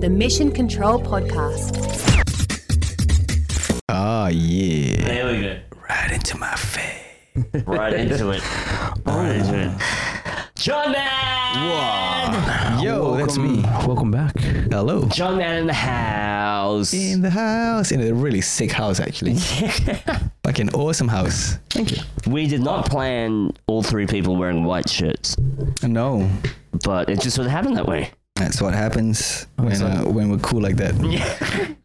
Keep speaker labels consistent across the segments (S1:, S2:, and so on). S1: the Mission Control Podcast.
S2: Oh yeah.
S3: There we go.
S2: Right into my face.
S3: Right into it. Right into it.
S4: Oh.
S3: John Man!
S2: Yo, that's me.
S4: Welcome back.
S2: Hello.
S3: John Man in the house.
S2: In the house. In a really sick house actually. like an awesome house. Thank you.
S3: We did not plan all three people wearing white shirts,
S2: No.
S3: but it just sort of happened that way.
S2: That's what happens when
S4: so-
S2: uh, when we're cool like that.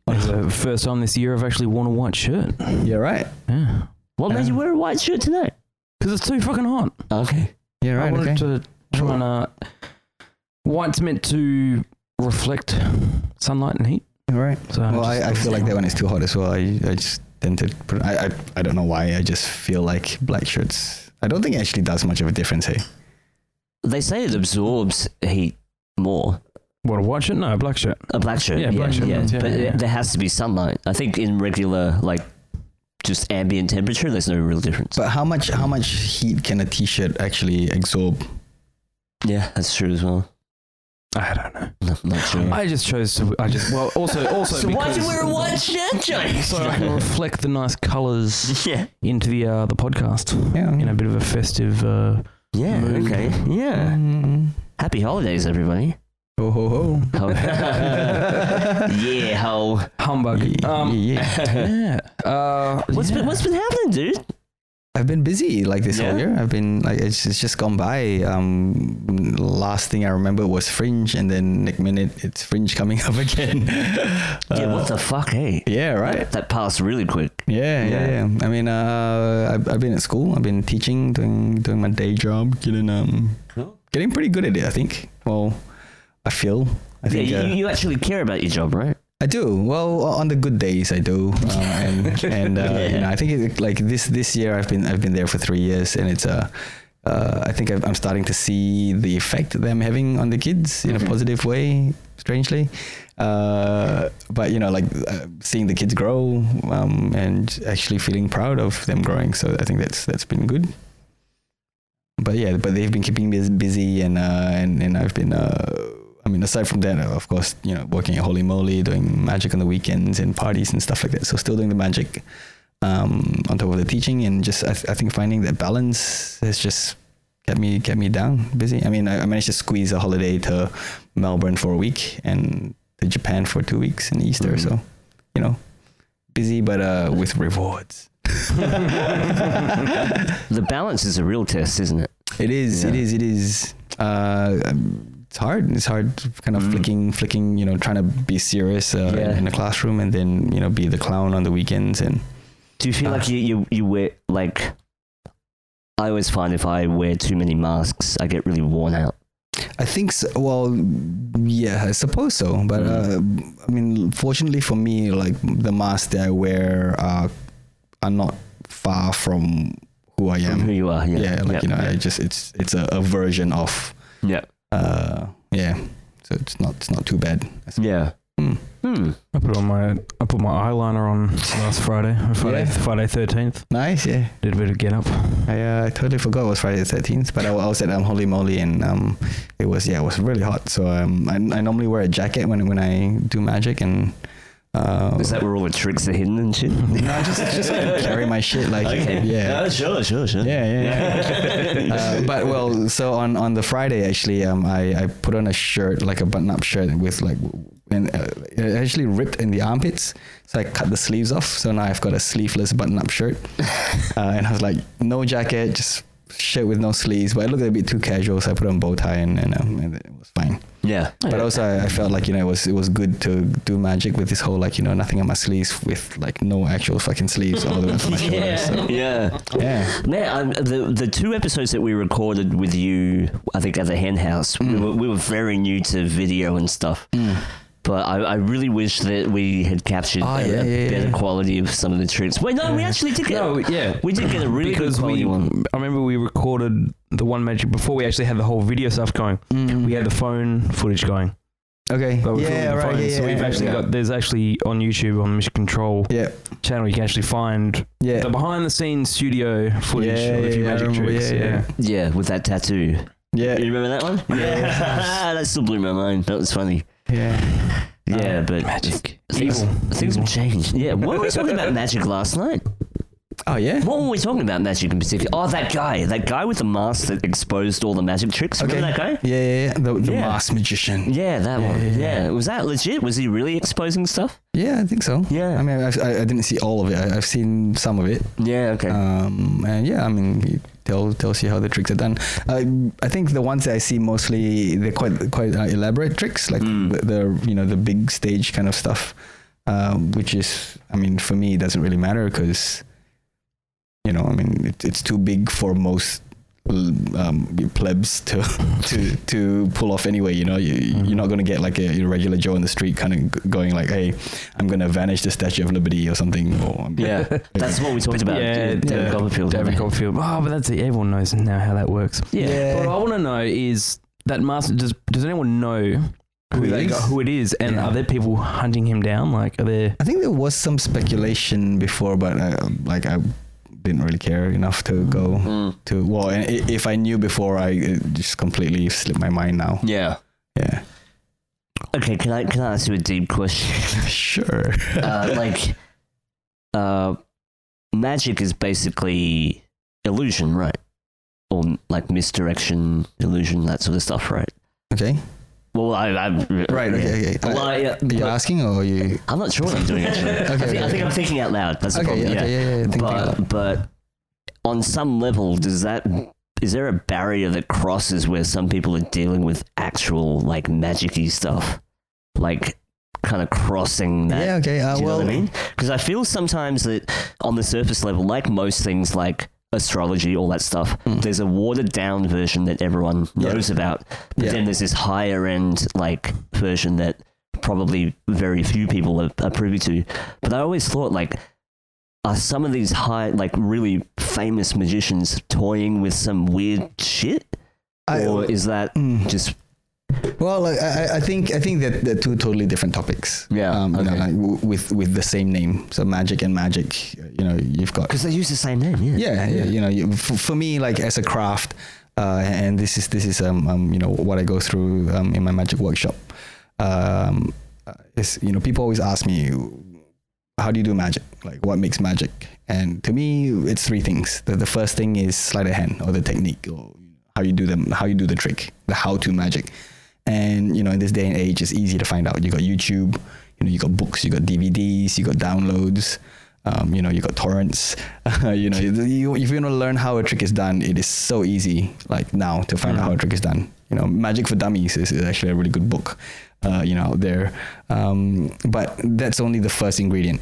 S4: It's the Uh, first time this year I've actually worn a white shirt.
S2: You're right.
S4: Yeah.
S3: What
S4: Um,
S3: made you wear a white shirt tonight?
S4: Because it's too fucking hot.
S3: Okay.
S2: You're
S4: I
S2: right.
S4: wanted
S2: Okay.
S4: to try and. Uh, white's meant to reflect sunlight and heat.
S2: You're right.
S4: So I'm
S2: Well,
S4: just-
S2: I, I feel like that when it's too hot as well. I, I just tend to put. I, I I don't know why. I just feel like black shirts. I don't think it actually does much of a difference. Hey.
S3: They say it absorbs heat more.
S4: What, a white shirt? No, a black shirt.
S3: A black shirt.
S4: Yeah, black shirt does, yeah,
S3: but
S4: yeah.
S3: there has to be sunlight. I think in regular, like, just ambient temperature, there's no real difference.
S2: But how much how much heat can a t-shirt actually absorb?
S3: yeah, that's true as well.
S4: I don't know.
S3: Not, not sure.
S4: I just chose to. I just. Well, also. also
S3: so why'd you
S4: because-
S3: wear a white shirt, Johnny?
S4: So I can reflect the nice colours
S3: yeah.
S4: into the uh, the podcast
S2: Yeah.
S4: in a bit of a festive. Uh,
S3: Yeah.
S4: Mood.
S3: Okay. Yeah. Happy holidays, everybody.
S2: Ho ho ho.
S3: Oh, Ho- yeah. Ho.
S4: Humbug. Um, yeah. Uh,
S3: What's
S4: yeah.
S3: been What's been happening, dude?
S2: I've been busy like this whole
S3: Yeah?
S2: year. I've been like it's, it's just gone by. Um, last thing I remember was Fringe, and then next minute it's Fringe coming up again.
S3: yeah.
S2: Uh,
S3: What the fuck? Hey.
S2: yeah, right.
S3: That, that passed really quick.
S2: Yeah, yeah,
S3: Yeah.
S2: yeah. I mean, uh, I've, I've been at school. I've been teaching, doing doing my day job, getting um,
S3: Cool.
S2: getting pretty good at it. I think. Well, I feel. I think.
S3: yeah.
S2: uh,
S3: You, you actually care about your job, right?
S2: I do well on the good days. I do, uh, and and uh,
S3: Yeah.
S2: you know, I think it, like this this year I've been I've been there for three years, and it's uh, uh, I think I've, I'm starting to see the effect that I'm having on the kids in a positive way. Strangely, uh, but you know, like uh, seeing the kids grow um, and actually feeling proud of them growing. So I think that's that's been good. But yeah, but they've been keeping me as busy, and uh, and and I've been. Uh, I mean, aside from that, of course, you know, working at Holy Moly, doing magic on the weekends and parties and stuff like that. So still doing the magic um, on top of the teaching and just I, th- I think finding that balance has just kept me kept me down busy. I mean, I, I managed to squeeze a holiday to Melbourne for a week and to Japan for two weeks in Easter.
S3: Mhm.
S2: So you know, busy but uh, with rewards.
S3: The balance is a real test, isn't it?
S2: It is. It
S3: Yeah.
S2: is. It is. Uh, um, it's hard. It's hard, kind of
S3: Mm.
S2: flicking, flicking. You know, trying to be serious uh,
S3: Yeah.
S2: in, in the classroom, and then you know, be the clown on the weekends. And
S3: Do you feel like you, you, you wear like? I always find if I wear too many masks, I get really worn out.
S2: I think, so, well, yeah, I suppose so. But uh, I mean, fortunately for me, like the masks that I wear are, are not far from who I
S3: From who
S2: am.
S3: you are, yeah,
S2: Yeah, like you know, I
S3: yeah,
S2: just it's it's a, a version of
S3: yeah,
S2: uh, yeah. So it's not it's not too bad. I suppose.
S3: yeah.
S2: Mm.
S3: Hmm.
S4: I put on my I put my eyeliner on last Friday, uh, Friday
S2: Yeah.
S4: Friday thirteenth.
S2: Nice, yeah.
S4: Did a bit of get up.
S2: I, uh, I totally forgot it was Friday the thirteenth, but I, I was at um, Holy Moly and um, it was yeah, it was really hot. So um, I, I normally wear a jacket when when I do magic and uh,
S3: Is that where all the tricks are hidden and shit?
S2: no, just just so I can carry my shit like yeah.
S3: sure, sure, sure.
S2: Yeah, yeah, yeah. uh, but well, so on, on the Friday actually, um, I, I put on a shirt like a button up shirt with like, and uh, it actually ripped in the armpits, so I cut the sleeves off. So now I've got a sleeveless button up shirt, uh, and I was like, no jacket, just shirt with no sleeves. But it looked a bit too casual, so I put on bow tie and and, um, and it was fine.
S3: Yeah.
S2: But also, I, I felt like you know it was it was good to do magic with this whole like you know nothing on my sleeves with like no actual fucking sleeves all the way up to my shoulders. So,
S3: Yeah.
S2: yeah.
S3: Man, um, the the two episodes that we recorded with you, I think at the hen house, we, were, we were very new to video and stuff. But I, I really wish that we had captured
S2: Ah, yeah,
S3: a, a
S2: yeah, yeah.
S3: better quality of some of the tricks. Wait, no, we actually did get
S4: No, yeah.
S3: we did get a really good
S4: because
S3: quality
S4: we,
S3: one.
S4: I remember we recorded the one magic before we actually had the whole video stuff going. We had the phone footage going.
S2: Okay.
S4: Like, we filmed
S2: yeah,
S4: the
S2: right.
S4: phone,
S2: Yeah, yeah,
S4: so we've
S2: yeah,
S4: actually
S2: yeah.
S4: got there's actually on YouTube on Mission Control
S2: Yeah,
S4: channel you can actually find
S2: yeah.
S4: the behind the scenes studio footage
S2: Yeah,
S4: of a few
S2: yeah, I
S4: magic
S2: remember,
S4: tricks.
S2: yeah, yeah.
S3: Yeah, with that tattoo.
S2: Yeah,
S3: You remember that one?
S2: Yeah.
S3: that still blew my mind. That was funny.
S2: yeah.
S3: Yeah,
S4: Um,
S3: but
S4: magic.
S3: Things,
S4: Evil.
S3: things
S4: Evil.
S3: have changed. Yeah, what were we talking about magic last night?
S2: Oh yeah.
S3: What were we talking about magic in particular? Oh, that guy, that guy with the mask that exposed all the magic tricks.
S2: Okay.
S3: Remember that guy?
S2: Yeah, yeah, yeah. The, the
S3: Yeah.
S2: masked magician.
S3: Yeah, that one. Yeah. was that legit? Was he really exposing stuff?
S2: Yeah, I think so.
S3: Yeah.
S2: I mean, I've, I, I didn't see all of it. I, I've seen some of it.
S3: Yeah. Okay.
S2: Um, and yeah, I mean, he tell tells you how the tricks are done. I I think the ones that I see mostly they're quite quite uh, elaborate tricks, like
S3: Hmm.
S2: the, the you know the big stage kind of stuff, um, which is I mean for me it doesn't really matter because you know I mean it, it's too big for most l- um, plebs to to to pull off anyway. You know you, you're not gonna get like a your regular Joe on the street kind of going like, hey, I'm gonna vanish the Statue of Liberty or something. Or I'm
S3: yeah, that's what we talked about.
S4: Yeah,
S3: David
S4: yeah.
S3: Copperfield.
S4: David Copperfield. Oh, but that's it. Everyone knows now how that works.
S3: Yeah.
S2: Yeah.
S4: What I want to know is that master. Does Does anyone know
S2: Who
S4: who,
S2: he
S4: that
S2: is?
S4: guy- who it is? And
S2: Yeah.
S4: are there people hunting him down? Like, are there?
S2: I think there was some speculation before, but I, like I didn't really care enough to go
S3: Mm.
S2: to. Well, and i- if I knew before, I it just completely slipped my mind now.
S3: Yeah.
S2: Yeah,
S3: Okay. Can I can I ask you a deep question?
S2: sure.
S3: uh, like, uh, magic is basically illusion, right? Or like misdirection, illusion, that sort of stuff, right?
S2: Okay.
S3: Well, I, I
S2: Right.
S3: yeah.
S2: Okay. Okay.
S3: Well,
S2: I,
S3: I, yeah,
S2: are you
S3: but
S2: asking or you?
S3: I'm not sure what I'm doing. Actually, I, think, I
S2: okay.
S3: think I'm thinking out loud. That's the
S2: Okay.
S3: problem.
S2: Yeah.
S3: yeah.
S2: Okay. Yeah. yeah, Think, think
S3: but,
S2: about it.
S3: but on some level, does that is there a barrier that crosses where some people are dealing with actual like magicy stuff, like kind of crossing that?
S2: yeah. Okay. Uh,
S3: Do you
S2: well.
S3: know what I mean? Because I feel sometimes that on the surface level, like most things, like astrology, all that stuff, there's a watered down version that everyone
S2: Hmm. Yeah.
S3: knows about, but
S2: Yeah.
S3: then there's this higher end like version that probably very few people are, are privy to. But I always thought like. Are some of these high, like really famous magicians toying with some weird shit?
S2: I-
S3: or is that
S2: Mm.
S3: just.
S2: Well, I, I- I think I think that they're two totally different topics.
S3: Yeah,
S2: Um, you know,
S3: okay.
S2: like w- with with the same name, so magic and magic. You know, you've got
S3: Because they use the same name, yeah.
S2: yeah, yeah. you know you, for, for me like as a craft uh, and this is this is um, um you know what i go through um, in my magic workshop um uh, is you know people always ask me how do you do magic like what makes magic and to me it's three things the, the first thing is sleight of hand or the technique or how you do them how you do the trick the how to magic and you know in this day and age it's easy to find out you got youtube you know you got books you got dvds you got downloads um, you know you got torrents you know you, you, if you want to learn how a trick is done it is so easy like now to find out how a trick is done you know magic for dummies is, is actually a really good book uh, you know out there um, but that's only the first ingredient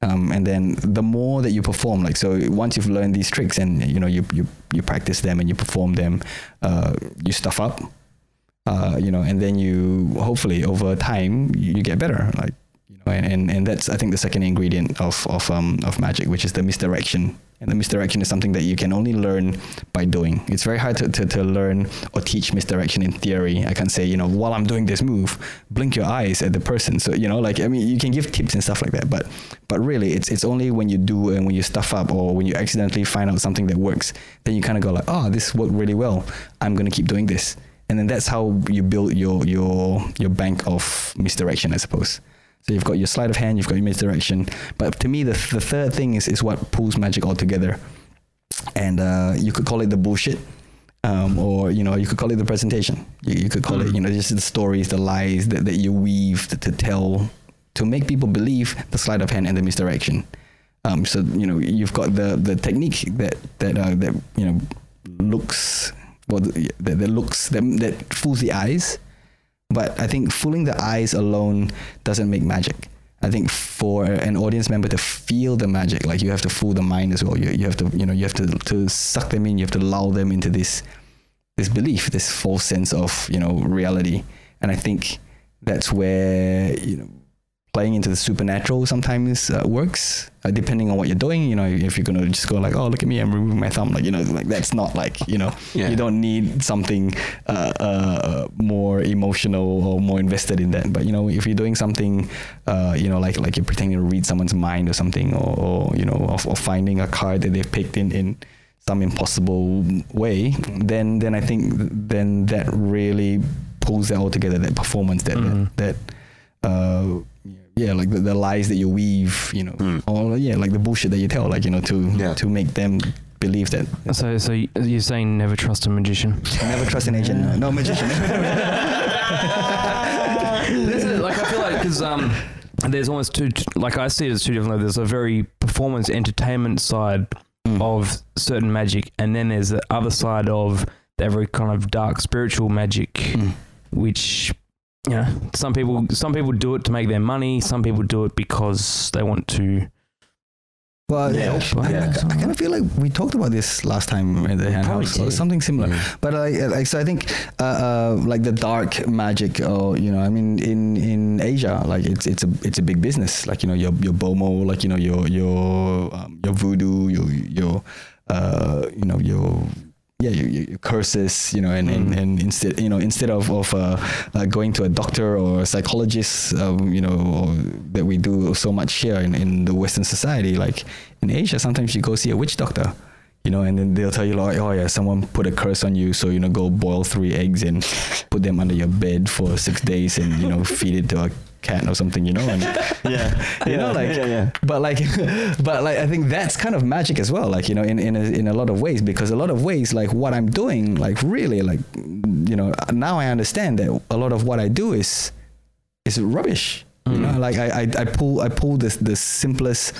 S2: um, and then the more that you perform like so once you've learned these tricks and you know you you, you practice them and you perform them uh, you stuff up uh, you know and then you hopefully over time you, you get better like you know and, and and that's i think the second ingredient of of um of magic which is the misdirection and the misdirection is something that you can only learn by doing it's very hard to, to, to learn or teach misdirection in theory i can say you know while i'm doing this move blink your eyes at the person so you know like i mean you can give tips and stuff like that but but really it's it's only when you do and when you stuff up or when you accidentally find out something that works then you kind of go like oh this worked really well i'm going to keep doing this and then that's how you build your your your bank of misdirection, I suppose. So you've got your sleight of hand, you've got your misdirection, but to me, the, the third thing is is what pulls magic all together, and uh, you could call it the bullshit, um, or you know you could call it the presentation. You, you could call it you know just the stories, the lies that, that you weave to, to tell to make people believe the sleight of hand and the misdirection. Um, so you know you've got the the technique that that uh, that you know looks well th- that, that looks that, that fools the eyes, but I think fooling the eyes alone doesn't make magic. I think for an audience member to feel the magic, like you have to fool the mind as well. You, you have to you know you have to to suck them in. You have to lull them into this this belief, this false sense of you know reality. And I think that's where you know playing into the supernatural sometimes uh, works uh, depending on what you're doing you know if you're gonna just go like oh look at me i'm removing my thumb like you know like that's not like you know
S3: Yeah.
S2: you don't need something uh, uh, more emotional or more invested in that but you know if you're doing something uh, you know like like you're pretending to read someone's mind or something or, or you know or, or finding a card that they've picked in in some impossible way then then i think then that really pulls that all together that performance that that, that uh, yeah, like the, the lies that you weave, you know,
S3: Mm.
S2: or yeah, like the bullshit that you tell, like you know, to
S5: Yeah.
S2: to make them believe that.
S4: So, so y- you're saying never trust a magician?
S2: Never trust an agent. No, no magician.
S4: This is- like I feel like because um, there's almost two. Like I see it as two different. levels. There's a very performance entertainment side
S2: Mm.
S4: of certain magic, and then there's the other side of that very kind of dark spiritual magic,
S2: Mm.
S4: which you know some people some people do it to make their money. Some people do it because they want to.
S2: Well,
S5: Yeah.
S2: yeah, I-
S5: Yeah.
S2: I, kind of feel like we talked about this last time at the
S3: Probably
S2: handhouse, or
S3: did.
S2: something similar.
S5: Mm.
S2: But like, uh, like, so I think uh, uh, like the dark magic, or you know, I mean, in in Asia, like it's it's a it's a big business. Like you know, your your bomo, like you know, your your um, your voodoo, your your uh, you know your. Yeah, your, your your curses, you know, and, and, and instead, you know, instead of of uh, uh, going to a doctor or a psychologist, um, you know, or that we do so much here in, in the Western society, like in Asia, sometimes you go see a witch doctor, you know, and then they'll tell you like, oh yeah, someone put a curse on you, so you know, go boil three eggs and put them under your bed for six days, and you know, feed it to a cat or something, you know, and
S3: Yeah.
S2: you know, like,
S3: yeah, yeah.
S2: but like, but like, I think that's kind of magic as well, like you know, in in a, in a lot of ways, because a lot of ways, like what I'm doing, like really, like you know, now I understand that a lot of what I do is is rubbish. You
S3: Mm.
S2: know, like I, I, I pull I pull this the simplest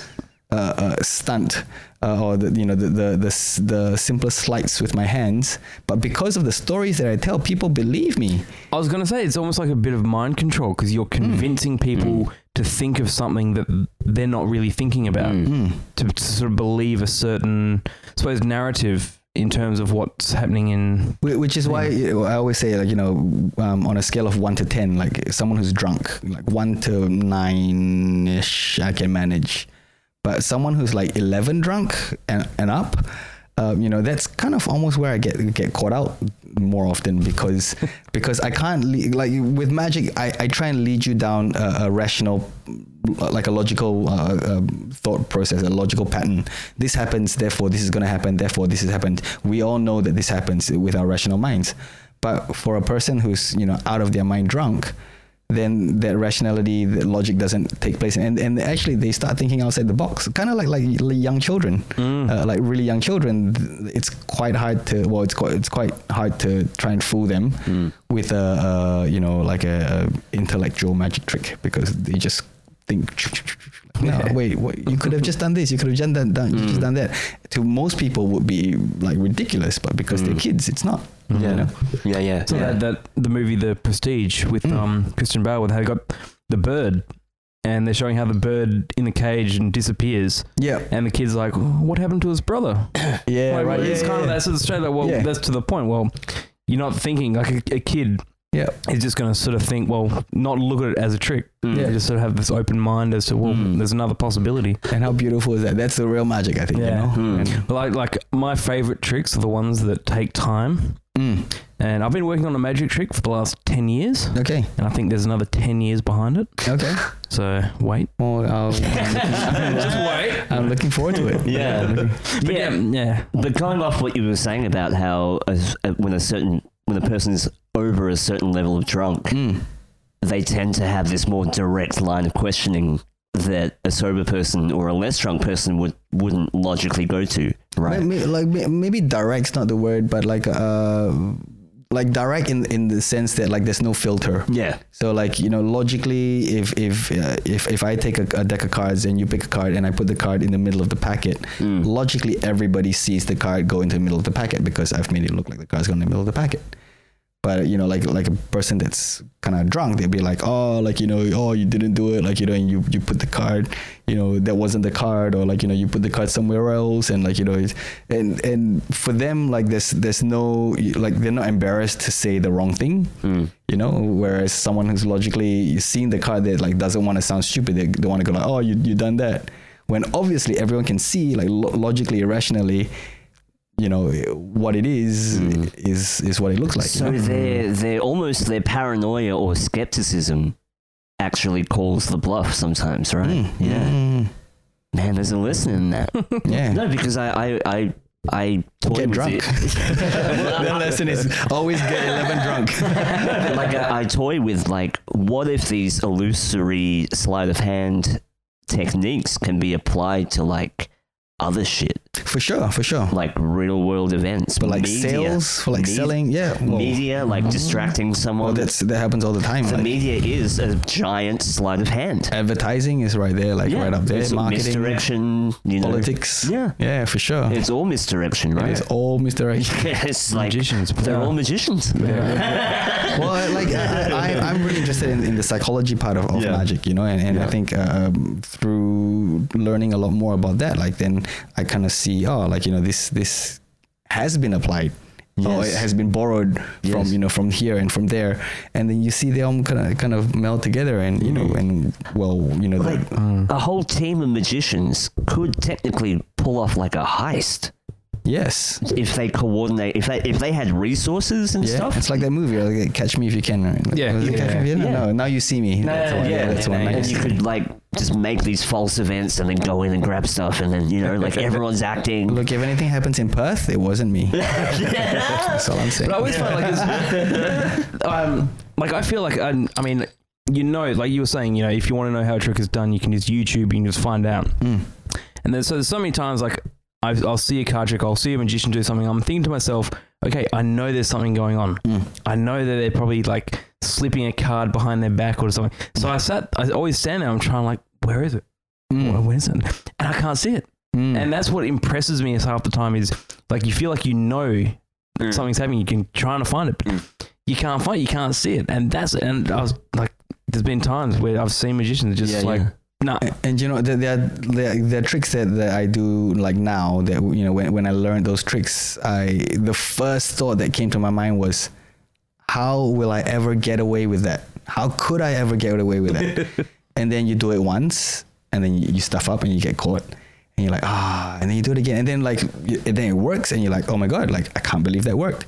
S2: uh, uh, stunt uh, or the, you know the the, the s- the simplest slides with my hands, but because of the stories that I tell, people believe me.
S4: I was gonna say it's almost like a bit of mind control because you're convincing people to think of something that they're not really thinking about.
S3: Mm.
S5: Hmm.
S4: to, to sort of believe a certain, I suppose, narrative in terms of what's happening in.
S2: Wh- Which is why you know, I always say, like you know, um, on a scale of one to ten, like someone who's drunk, like one to nine ish, I can manage, but someone who's like eleven drunk and and up, um, you know, that's kind of almost where I get get caught out more often because because I can't le- like with magic, I, I try and lead you down a, a rational, like a logical uh, um, thought process, a logical pattern. This happens, therefore this is going to happen, therefore this has happened. We all know that this happens with our rational minds, but for a person who's you know out of their mind drunk. Then that rationality, that logic doesn't take place, and and actually they start thinking outside the box, kind of like like young children, uh, like really young children. th- It's quite hard to well, it's quite it's quite hard to try and fool them
S3: Hmm.
S2: with a, uh you know like a, a intellectual magic trick because they just think no wait wait you could have just done this you could have done that done, you just done that to most people would be like ridiculous but because they're kids it's not you
S5: Yeah.
S2: know?
S5: Yeah, yeah.
S4: Mm.
S5: Hmm.
S4: So that, that the movie The Prestige with
S2: Mm.
S4: um, Christian Bale, where they got the bird, and they're showing how the bird in the cage and disappears,
S2: yeah
S4: and the kid's like, "Oh, "What happened to his brother?"
S2: yeah
S4: Like,
S2: right yeah,
S4: it's
S2: yeah,
S4: kind of
S2: yeah.
S4: that sort of straight. Like, well,
S2: Yeah.
S4: that's to the point. Well, you're not thinking like a, a kid.
S2: Yeah.
S4: is just going to sort of think. Well, not look at it as a trick.
S3: Mm.
S4: They
S2: Yeah. Hmm.
S4: just sort of have this open mind as to well,
S3: Mm.
S4: there's another possibility.
S2: and how beautiful is that that's the real magic i think
S4: Yeah.
S2: you know
S3: Mm.
S2: And-
S4: But like, like my favorite tricks are the ones that take time.
S2: Mm.
S4: And I've been working on a magic trick for the last 10 years.
S2: okay
S4: And I think there's another 10 years behind it.
S2: okay
S4: So wait.
S2: well I'll, I'm,
S4: Just
S2: looking,
S4: wait.
S2: I'm looking forward to it
S3: Yeah.
S2: I'm looking-
S4: But yeah. Yeah.
S3: But going off what you were saying about how a, a- when a certain when a person's over a certain level of drunk,
S2: Mm.
S3: they tend to have this more direct line of questioning that a sober person or a less drunk person would wouldn't logically go to, right?
S2: Maybe, like may- maybe direct's not the word, but like uh, like direct in in the sense that like there's no filter.
S3: Yeah.
S2: So like you know logically, if if uh, if if I take a, a deck of cards and you pick a card and I put the card in the middle of the packet, logically everybody sees the card go into the middle of the packet because I've made it look like the card's going in the middle of the packet. But you know, like like a person that's kind of drunk, they'd be like, oh, like you know, oh, you didn't do it, like you know, and you you put the card, you know, that wasn't the card, or like you know, you put the card somewhere else, and like you know, it's, and and for them, like there's there's no like they're not embarrassed to say the wrong thing, you know. Whereas someone who's logically seeing the card that like doesn't want to sound stupid, they, they want to go like, oh, you you done that, when obviously everyone can see like lo- logically, irrationally, you know, what it is is is what it looks like. you
S3: so
S2: know?
S3: their their almost their paranoia or skepticism actually calls the bluff sometimes, right?
S2: Mm.
S3: Yeah.
S2: Mm.
S3: Man, there's a lesson in that.
S2: Yeah.
S3: No, because I, I, I I toyed
S2: Get
S3: with
S2: drunk.
S3: it.
S2: Their lesson is always get 11 drunk.
S3: like uh, I, I toy with like what if these illusory sleight of hand techniques can be applied to like other shit
S2: For sure, for sure.
S3: like real world events
S2: But like
S3: media,
S2: sales, for like
S3: Media-
S2: selling, yeah. Well,
S3: media like distracting someone
S2: well, that's that happens all the time.
S3: the
S2: like,
S3: media is a giant sleight of hand
S2: advertising is right there, like
S3: Yeah,
S2: right up there.
S3: it's all
S2: Marketing,
S3: misdirection you know
S2: politics.
S3: Yeah.
S2: yeah, for sure.
S3: it's all misdirection right
S2: It's all misdirection.
S3: it's like
S4: Magicians,
S3: they're
S4: yeah.
S3: all magicians
S2: well, like I, I, I'm really interested in, in the psychology part of, of
S3: Yeah.
S2: magic, you know, and, and I think um, through learning a lot more about that, like then I kind of see, oh, like you know, this this has been applied. Or it
S3: Yes.
S2: has been borrowed from
S3: Yes.
S2: you know from here and from there, and then you see them kind of kind of meld together, and you
S3: Mm.
S2: know, and well, you know, the-
S3: like a whole team of magicians could technically pull off like a heist
S2: yes,
S3: if they coordinate if they if they had resources and
S2: yeah,
S3: stuff
S2: it's like that movie, like, Catch Me If You Can. Right? Like,
S4: Yeah.
S2: was it Catch Me If You Can?
S3: Yeah.
S2: No, now you see me. that's the one. Yeah, that's the one.
S4: yeah,
S3: and
S2: Nice.
S3: you could like just make these false events and then go in and grab stuff and then you know like everyone's acting
S2: Look, if anything happens in Perth, it wasn't me. That's all I'm saying.
S4: But I always find like, it's- um, like I feel like I, I mean, you know, like you were saying, you know, if you want to know how a trick is done, you can just YouTube, you can just find out.
S2: Mm,
S4: And then so there's so many times like i I'll see a card trick, I'll see a magician do something. I'm thinking to myself, okay, I know there's something going on.
S2: mm,
S4: I know that they're probably like slipping a card behind their back or something. So I sat, I always stand there. I'm trying like, where is it?
S2: mm,
S4: Where- Where is it? And I can't see it.
S2: Hmm.
S4: And that's what impresses me is half the time is like you feel like you know that something's happening. You can trying to find it, but you can't find. it, You can't see it, and that's and I was like, there's been times where I've seen magicians just
S3: Yeah,
S4: like,
S3: yeah.
S4: nah,
S2: and you know there, there, are, there, are- there are tricks that, that I do like now that you know when, when I learned those tricks I the first thought that came to my mind was how will I ever get away with that how could I ever get away with that and then you do it once and then you, you stuff up and you get caught and you're like ah and then you do it again and then like you- and then it works and you're like oh my god like I can't believe that worked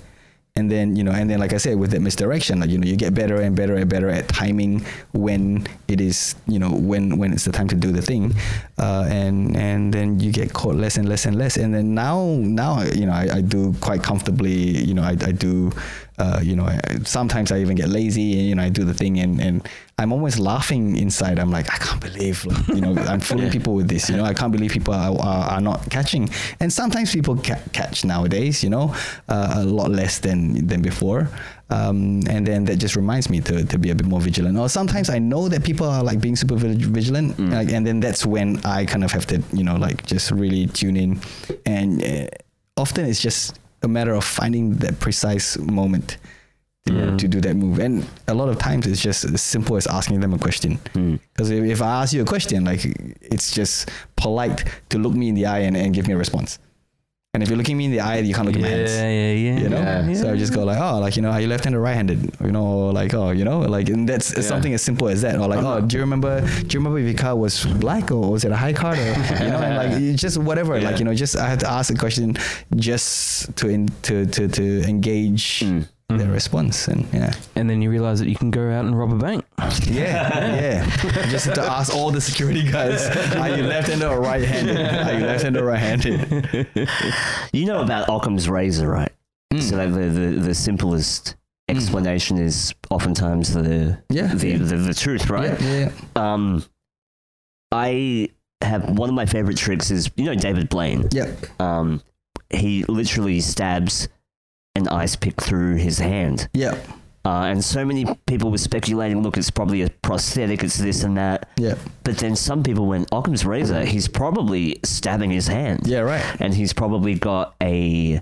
S2: and then you know and then like i said with that misdirection like you know you get better and better and better at timing when it is you know when when it's the time to do the thing uh, and and then you get caught less and less and less and then now now you know i, I do quite comfortably you know i, I do uh, you know I, sometimes i even get lazy and you know i do the thing and and i'm always laughing inside i'm like i can't believe like, you know i'm fooling people with this you know i can't believe people are, are, are not catching and sometimes people ca- catch nowadays you know uh, a lot less than than before um, and then that just reminds me to, to be a bit more vigilant or sometimes i know that people are like being super vig- vigilant like, and then that's when i kind of have to you know like just really tune in and uh, often it's just a matter of finding that precise moment to, to do that move. And a lot of times it's just as simple as asking them a question. Because if, if I ask you a question, like it's just polite to look me in the eye and, and give me a response. And if you're looking me in the eye, you can't look at my hands
S4: yeah, yeah,
S2: you know
S4: yeah.
S2: so i just go like oh like you know are you left-handed or right-handed you know or like oh you know like and that's something as simple as that or like oh do you remember do you remember if your car was black or was it a high card or you know and like you just whatever like you know just i have to ask a question just to in, to, to to engage
S3: Hmm.
S2: their response and yeah
S4: And then you realize that you can go out and rob a bank.
S2: yeah yeah just to ask all the security guys are you left-handed or right-handed are you left-handed or right-handed
S3: You know about Occam's razor, right?
S2: Hmm.
S3: So like the, the, the simplest explanation is oftentimes the
S2: Yeah.
S3: the, the, the truth, right?
S2: yeah, yeah.
S3: Um, I have one of my favorite tricks is you know David Blaine.
S2: yeah
S3: Um, he literally stabs an ice pick through his hand,
S2: yeah
S3: uh, and so many people were speculating. Look, it's probably a prosthetic. It's this and that.
S2: yeah
S3: But then some people went Occam's razor. He's probably stabbing his hand
S2: yeah right
S3: and he's probably got a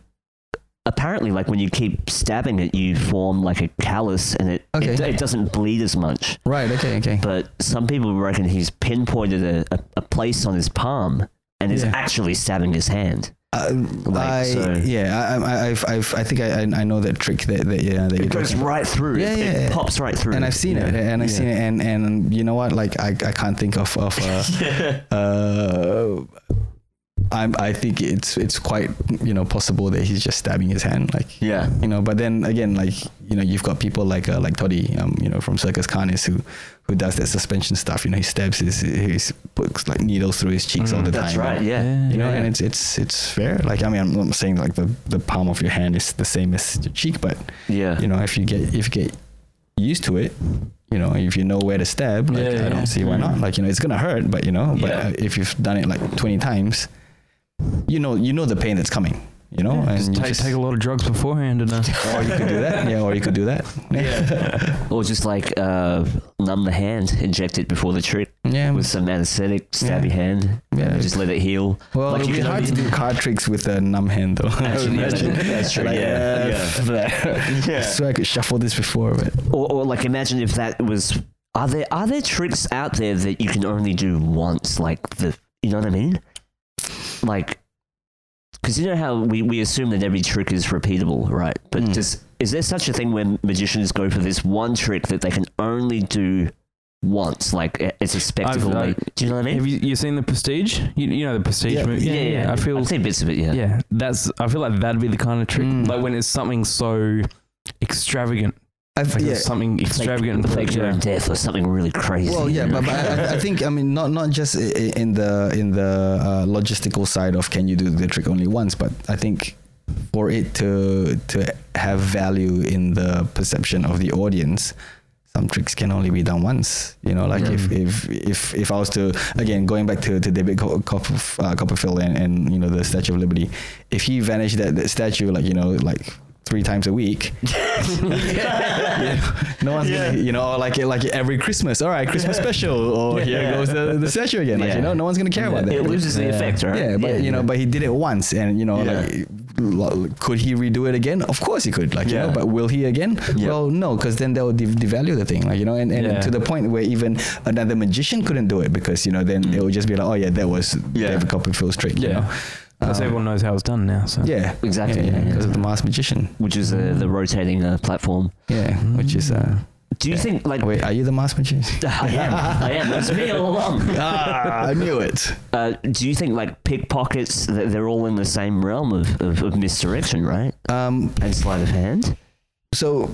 S3: apparently like when you keep stabbing it you form like a callus and it
S2: Okay.
S3: it, it doesn't bleed as much
S2: right okay okay
S3: but some people reckon he's pinpointed a, a, a place on his palm and is
S2: Yeah.
S3: actually stabbing his hand
S2: Uh,
S3: Like,
S2: I,
S3: so-
S2: yeah, I, I, I've, I've, I think I, I I know that trick that, that yeah that you're
S3: it goes
S2: talking about.
S3: right through
S2: Yeah,
S3: it,
S2: yeah,
S3: it
S2: yeah.
S3: pops right through
S2: And I've seen it, and I've seen it, and and you know what? Like I, I can't think of of uh, uh, I'm, I think it's it's quite you know possible that he's just stabbing his hand like
S3: Yeah.
S2: you know but then again like you know you've got people like uh, like Toddy um you know from Circus Carnis who who does that suspension stuff you know he stabs his his puts like needles through his cheeks all the
S3: Mm. That's
S2: time
S3: right.
S2: you know?
S3: Yeah.
S2: you know and it's it's it's fair like I mean I'm not saying like the the palm of your hand is the same as your cheek but
S3: Yeah.
S2: you know if you get if you get used to it you know if you know where to stab like i
S4: Yeah, yeah.
S2: don't see why not like you know it's gonna hurt but you know but
S3: Yeah.
S2: uh, if you've done it like 20 times you know you know the pain that's coming you know Oh, and
S4: just
S2: you
S4: take,
S2: just,
S4: take a lot of drugs beforehand and uh,
S2: or you could do that yeah or you could do that
S3: Or just like uh, numb the hand, inject it before the trip
S2: yeah
S3: with some anesthetic, stabby
S2: Yeah.
S3: hand.
S2: Yeah.
S3: and just let it heal.
S2: well
S3: like
S2: it'd be
S3: you know,
S2: hard to do card tricks with a numb hand though
S3: Actually, yeah,
S2: Imagine.
S3: that's true,
S2: Like,
S3: yeah,
S2: uh,
S3: yeah.
S2: i swear i could shuffle this before but
S3: Or, or like imagine if that was are there are there tricks out there that you can only do once like the you know what I mean like because you know how we, we assume that every trick is repeatable right but
S2: Mm.
S3: does is there such a thing where magicians go for this one trick that they can only do once like i- it's a spectacle
S4: like-
S3: like, do you know what I mean
S4: have you you seen the Prestige you, you know the Prestige
S2: Yeah.
S4: movie I feel
S3: I've seen bits of it yeah
S4: yeah that's I feel like that'd be the kind of trick
S2: Mm.
S4: like when it's something so extravagant
S2: i've
S4: like
S2: yeah
S4: it's something
S3: It's like-
S4: extravagant
S3: like, your
S4: yeah.
S3: own death or something really crazy
S2: Well, yeah,
S3: you know?
S2: but, but I, I think I mean not not just i- i- in the in the uh, logistical side of can you do the trick only once, but I think for it to to have value in the perception of the audience. Some tricks can only be done once, you know. Like if, if if if I was to again going back to, to David Cop- Copperf- uh, Copperfield and, and you know the Statue of Liberty, if he vanished that, that statue like you know like three times a week, no one's gonna, you know, or like like every Christmas. All right, Christmas special, or here goes the, the statue again. Like
S3: Yeah.
S2: you know, no one's gonna care about that.
S3: it loses the
S4: Yeah.
S3: effect right
S2: yeah, but you know, but he did it once, and you know, like, lo- could he redo it again? Of course he could. Like you know,
S3: Yeah.
S2: but will he again?
S3: Yeah.
S2: Well, no, because then that would de- devalue the thing. Like you know, and, and
S4: Yeah.
S2: to the point where even another magician couldn't do it because you know then it would just be like, oh yeah, that was
S3: Yeah.
S2: David Copperfield's trick. You
S4: Yeah.
S2: know?
S4: Plus,
S2: Um,
S4: everyone knows how it's done now so
S2: yeah,
S3: Exactly,
S2: Yeah, Mm-hmm.
S3: yeah, yeah.
S2: because of the masked magician.
S3: which is the, the rotating uh, platform.
S2: Yeah, which is uh,
S3: Do you think like
S2: wait, are you the masked magician?
S3: I am, I am. It's me all along.
S2: Oh, ah, I knew it.
S3: Uh, do you think like pickpockets? th- They're all in the same realm of, of, of misdirection, right?
S2: Um,
S3: And sleight of hand
S2: so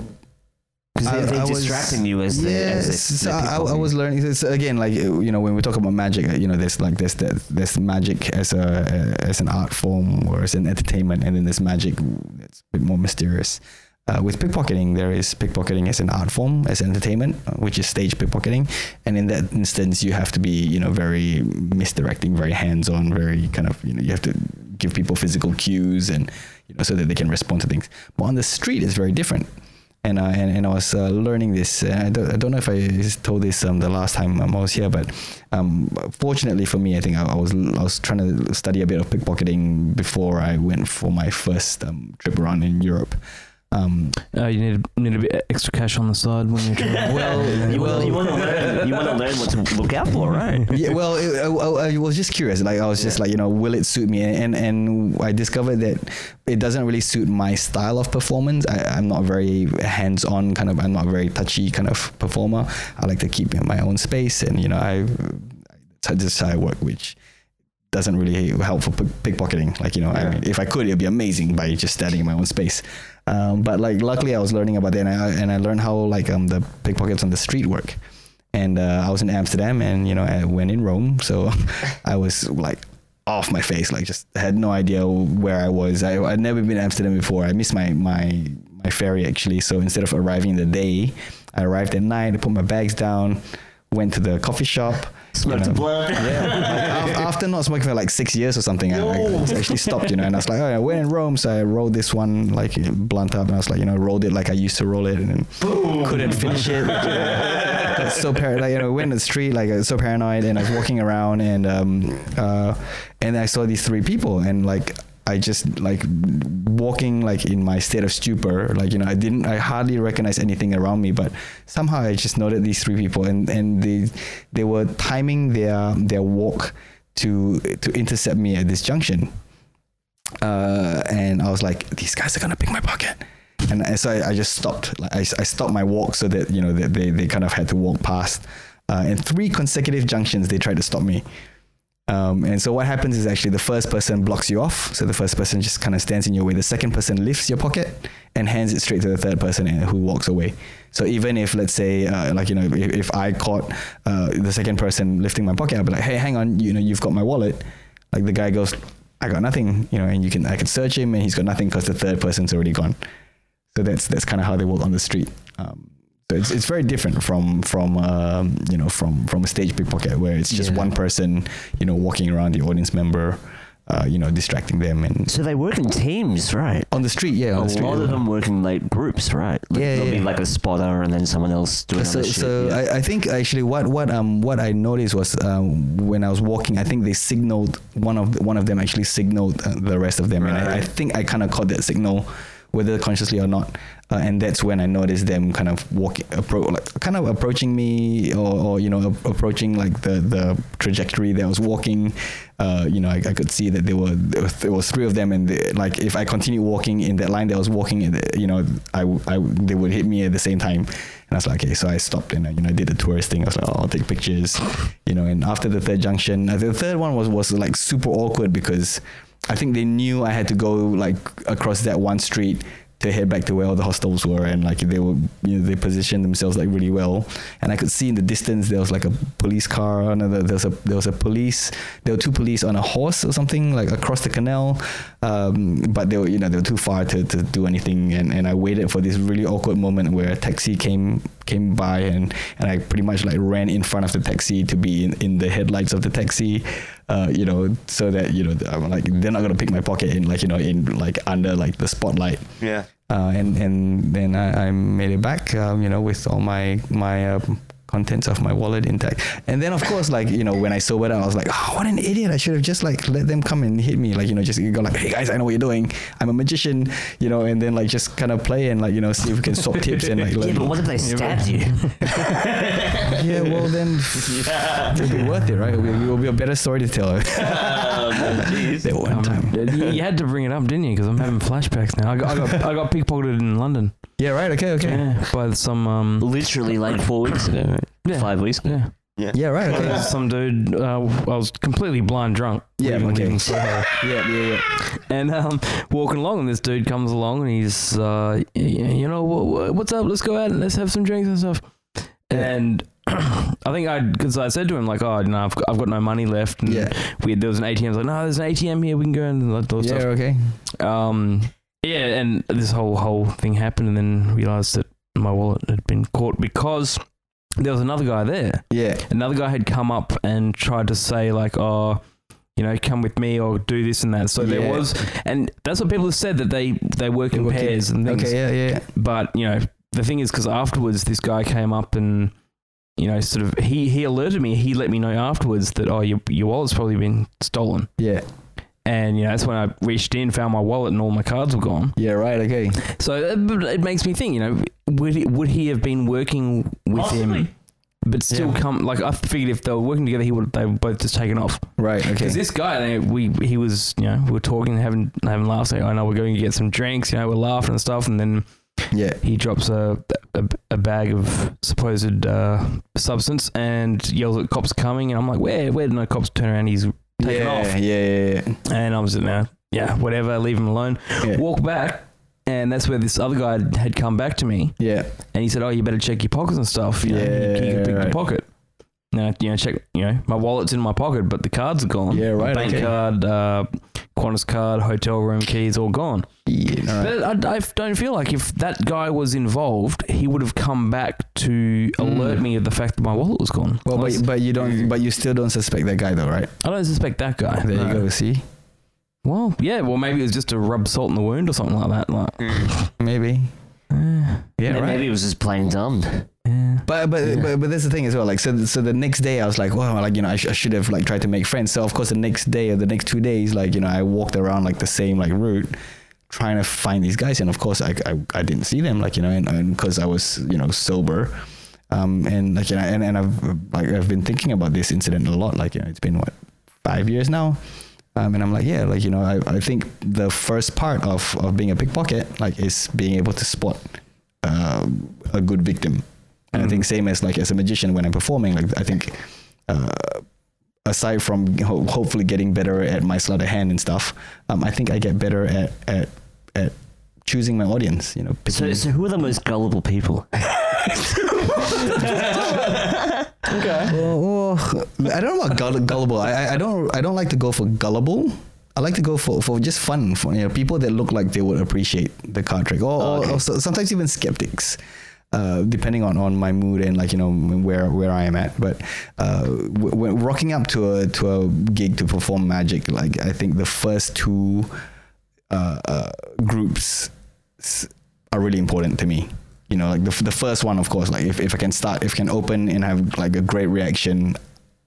S3: because
S2: I-
S3: they're, they're
S2: I was-
S3: distracting you as they
S2: yes,
S3: as they-
S2: so
S3: they're
S2: I, I
S3: pickpocketing.
S2: was learning. It's again, like you know, when we talk about magic, uh, you know, there's like there's there's, there's magic as a uh, as an art form or as an entertainment, and then there's magic that's a bit more mysterious. Uh, with pickpocketing, there is pickpocketing as an art form, as entertainment, uh, which is stage pickpocketing, and in that instance, you have to be, you know, very misdirecting, very hands-on, very kind of, you know, you have to give people physical cues and, you know, so that they can respond to things. But on the street, it's very different and I and, and I was uh, learning this. Uh, I, don't, I don't know if I told this um, the last time um, I was here, but um, fortunately for me, I think I, I was I was trying to study a bit of pickpocketing before I went for my first um, trip around in Europe. Um,
S4: uh, you need need a bit extra cash on the side when you're trying
S2: Well-
S3: you
S2: well-
S3: want, you want to learn you want to learn what to look out for, right?
S2: yeah, well, it, I, I- I was just curious. Like I was just like, you know, will it suit me? And and I discovered that it doesn't really suit my style of performance. I, I'm not very hands-on kind of. I'm not a very touchy kind of performer. I like to keep in my own space, and you know, I so this is how I work, which doesn't really help for pick- pickpocketing. Like you know, I mean, if I could, it'd be amazing by just standing in my own space. Um, but like, luckily, I was learning about that, and I and I learned how like um the pickpockets on the street work. And uh, I was in Amsterdam, and you know, I went in Rome, so I was like off my face, like just had no idea where I was. I, I'd never been to Amsterdam before. I missed my my my ferry actually. So instead of arriving in the day, I arrived at night. I put my bags down, went to the coffee shop. you
S3: Smoked a
S2: know.
S3: blunt.
S2: Yeah. Like, af- after not smoking for like six years or something, I, I
S3: No.
S2: actually stopped, you know. And I was like, oh, I went in Rome, so I rolled this one like blunt up, and I was like, you know, rolled it like I used to roll it, and then couldn't finish it. Like, yeah. Got so paranoid, like, you know, went in the street, like I was so paranoid, and I was walking around, and um, uh, and I saw these three people, and like. I just like walking like in my state of stupor, like you know, I didn't, I hardly recognized anything around me, but somehow I just noted these three people, and and they they were timing their their walk to to intercept me at this junction. Uh, and I was like, these guys are gonna pick my pocket. And, and so I, I just stopped. Like I, I stopped my walk so that you know that they, they kind of had to walk past. Uh, and three consecutive junctions, they tried to stop me. Um, and so what happens is actually the first person blocks you off. So the first person just kind of stands in your way. The second person lifts your pocket and hands it straight to the third person and- who walks away. So even if let's say uh, like you know if, if I caught uh, the second person lifting my pocket, I'd be like, hey, hang on, you know you've got my wallet. Like the guy goes, I got nothing, you know, and you can I can search him and he's got nothing because the third person's already gone. So that's that's kind of how they walk on the street. Um, so it's, it's very different from from um, you know from from a stage pickpocket where it's just
S4: Yeah.
S2: one person you know walking around the audience member, uh, you know distracting them and
S3: So they work in teams, right?
S2: on the street yeah on
S3: a
S2: the street.
S3: lot of them work in like groups, right? Like,
S2: Oh, Yeah,
S3: there'll
S2: yeah.
S3: be like a spotter and then someone else doing
S2: so,
S3: other shit.
S2: so
S3: yeah.
S2: I, I think actually what what um what I noticed was um, when I was walking, I think they signaled one of the, one of them actually signaled uh, the rest of them, and I, I think I kind of caught that signal, whether consciously or not, uh, and that's when I noticed them kind of walking, appro- like, kind of approaching me, or, or you know ap- approaching like the the trajectory that I was walking. Uh, you know, I, I could see that there were there was, there was three of them, and they, like if I continued walking in that line that I was walking, in, the- you know, I, w- I w- they would hit me at the same time, and I was like, okay, so I stopped and I, you know I did the tourist thing. I was like, oh, I'll take pictures, you know. And after the third junction, uh, the third one was was like super awkward because I think they knew I had to go like across that one street to head back to where all the hostels were and like they were you know they positioned themselves like really well and I could see in the distance there was like a police car oh, no, there there was a there was a police there were two police on a horse or something like across the canal um, but they were you know they were too far to, to do anything and, and I waited for this really awkward moment where a taxi came came by and and I pretty much like ran in front of the taxi to be in, in the headlights of the taxi uh, you know so that you know I'm like they're not gonna pick my pocket in like you know in like under like the spotlight
S5: Yeah.
S2: uh, and and then I, I made it back, um, you know, with all my my um, contents of my wallet intact. And then of course, like you know, when I sobered up, I was like, oh, what an idiot! I should have just like let them come and hit me, like you know, just go like, hey guys, I know what you're doing. I'm a magician, you know, and then like just kind of play and like you know, see if we can swap tips and like.
S3: yeah,
S2: learn.
S3: but what if they stabbed you?
S2: yeah well then it'll be worth it, right? It will, it will be a better story to tell. that one time.
S4: you you had to bring it up, didn't you? Because I'm having flashbacks now. I got, I got, I got pickpocketed in London.
S2: Yeah. Right. Okay. Okay. Yeah.
S4: Yeah, by some um,
S3: Literally like four weeks ago, right?
S4: Yeah.
S3: five weeks ago.
S4: yeah,
S2: right. Okay.
S4: by some dude. Uh, I was completely blind drunk.
S2: Yeah,
S4: leaving,
S2: okay.
S4: leaving Soho.
S2: Yeah. Yeah. Yeah.
S4: and um, walking along, and this dude comes along, and he's, uh, y- you know, wha- wha- what's up? Let's go out and let's have some drinks and stuff. And I think I, because I said to him like, oh no, I've, I've got no money left. And
S2: Yeah.
S4: we there was an ATM. I was like, no, there's an ATM here. We can go and like those
S2: Yeah. Okay.
S4: stuff. Um, yeah, and this whole whole thing happened, and then realized that my wallet had been caught because there was another guy there
S2: Yeah.
S4: another guy had come up and tried to say like oh you know come with me or do this and that so there
S2: Yeah.
S4: was and that's what people have said that they they work
S2: They
S4: in
S2: work in-
S4: pairs and things
S2: Okay. Yeah. Yeah. yeah.
S4: but you know the thing is because afterwards this guy came up and you know sort of he he alerted me he let me know afterwards that oh your, your wallet's probably been stolen
S2: Yeah.
S4: and you know that's when i reached in found my wallet and all my cards were gone
S2: Yeah. Right. Okay.
S4: so it, but it makes me think you know would he, would he have been working with him but still
S2: Yeah.
S4: come like I figured if they were working together, he would they would both just taken off.
S2: Right. Okay.
S4: Because this guy, they, we he was you know we were talking, having having laughs. Like, I know we're going to get some drinks. You know we're laughing and stuff, and then
S2: yeah.
S4: he drops a a, a bag of supposed uh, substance and yells at cops coming. And I'm like, where where did no cops turn around? He's taken
S2: yeah,
S4: off,
S2: Yeah. Yeah.
S4: and I was in there. Yeah, whatever, leave him alone.
S2: Yeah. Yeah.
S4: Walk back, and that's where this other guy had come back to me.
S2: yeah.
S4: And he said, "Oh, you better check your pockets and stuff. You know, you
S2: Yeah,
S4: can pick the
S2: right.
S4: pocket. Now, you know, check. You know, my wallet's in my pocket, but the cards are gone.
S2: Yeah,
S4: My
S2: right,
S4: bank
S2: okay.
S4: card, uh, Qantas card, hotel room keys, all gone.
S2: Yeah, all right.
S4: But I, I don't feel like if that guy was involved, he would have come back to alert me of the fact that my wallet was gone.
S2: Hmm. Well,
S4: Unless-
S2: but, but you don't. But you still don't suspect that guy, though, right?
S4: I don't suspect that guy.
S2: There you
S4: No.
S2: go. See,
S4: Well, yeah. Well, maybe it was just to rub salt in the wound or something like that. Like,
S2: maybe.
S4: eh,
S2: Yeah.
S3: Maybe-
S2: right.
S3: Maybe it was just plain dumb.
S4: yeah.
S2: But but, but but that's the thing as well. Like so so the next day I was like, wow, like you know I, sh- I should have like tried to make friends. So of course the next day or the next two days, like you know I walked around like the same like route, trying to find these guys, and of course I I, I didn't see them like you know and because I was you know sober. Um, and like you know, and, and I've like I've been thinking about this incident a lot. Like you know, it's been what five years now, um, and I'm like, yeah, like you know, I, I think the first part of, of being a pickpocket like is being able to spot uh, a good victim, and I think same as like as a magician when I'm performing, like I think uh, aside from ho- hopefully getting better at my sleight of hand and stuff, um, I think I get better at at at choosing my audience. You know,
S3: So,
S2: picking-
S3: so who are the most gullible people?
S2: Oh, oh, I don't know about gull- gullible. I, I- I don't I don't like to go for gullible. I like to go for, for just fun for you know people that look like they would appreciate the card trick, or, or- or so- sometimes even skeptics, uh, depending on, on my mood and like you know where where I am at. But uh, w- when rocking up to a to a gig to perform magic, like I think the first two uh, uh, groups s- are really important to me. You know, like the, f- the first one, of course, like if, if I can start, if I can open and have like a great reaction,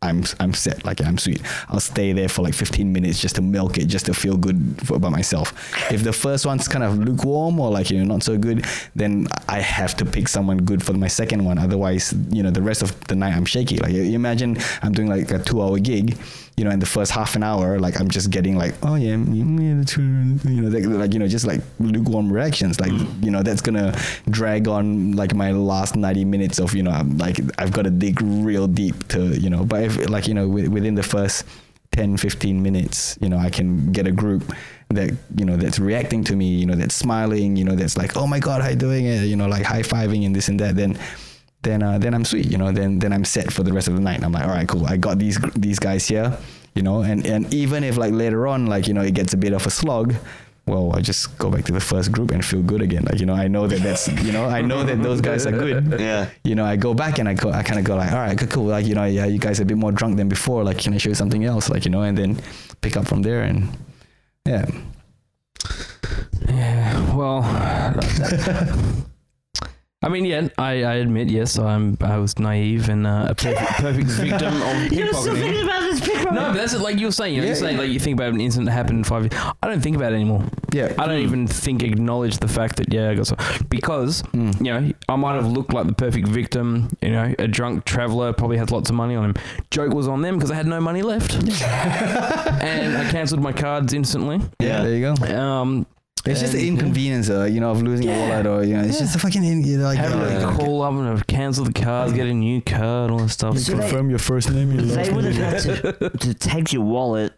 S2: I'm I'm set. Like I'm sweet. I'll stay there for like 15 minutes just to milk it, just to feel good for, about myself. If the first one's kind of lukewarm or like you know not so good, then I have to pick someone good for my second one. Otherwise, you know, the rest of the night I'm shaky. Like you you imagine I'm doing like a two-hour gig, you know, in the first half an hour, like I'm just getting like, oh yeah, mm, yeah, that's true," you know, like, like, you know, just like lukewarm reactions, like you know, that's gonna drag on like my last ninety minutes of you know, I'm like I've got to dig real deep to you know, but if like you know, wi- within the first 10, 15 minutes, you know, I can get a group that you know that's reacting to me, you know, that's smiling, you know, that's like, oh my god, how you doing it, you know, like high fiving and this and that, then then uh, then I'm sweet, you know. Then then I'm set for the rest of the night. I'm like, all right, cool. I got these these guys here, you know. And and even if like later on, like you know, it gets a bit of a slog, well, I just go back to the first group and feel good again. Like you know, I know that that's you know, I know that those guys are good.
S3: Yeah.
S2: You know, I go back and I go, I kind of go like, all right, okay, cool. Like you know, yeah, you guys are a bit more drunk than before. Like, can I show you something else? Like you know, and then pick up from there and yeah.
S4: Yeah, well, I mean, yeah, I, I admit, yes, I'm I was naive and uh, a perfect, perfect victim of pickpocketing.
S3: about this pickpocket.
S4: No, but that's it. Like you were saying, you know,
S2: Yeah,
S4: you're saying
S2: yeah.
S4: like you think about an incident that happened five years. I don't think about it anymore.
S2: Yeah.
S4: I
S3: Hmm.
S4: don't even think acknowledge the fact that yeah, I got so because
S2: Mm.
S4: you know I might have looked like the perfect victim. You know, a drunk traveler probably had lots of money on him. Joke was on them because I had no money left, and I cancelled my cards instantly.
S2: Yeah,
S3: Yeah.
S2: there you go.
S4: Um,
S2: It's just the
S4: and-
S2: inconvenience, uh, you know, of losing
S4: Yeah.
S2: a wallet or you know, it's
S4: Yeah.
S2: just a fucking in- you know, like uh,
S4: Having
S2: yeah,
S4: to
S2: yeah.
S4: call up and cancel the cards, get a new card, all that stuff.
S3: So they-
S2: your first name. Your
S3: They would have had to, to take your wallet,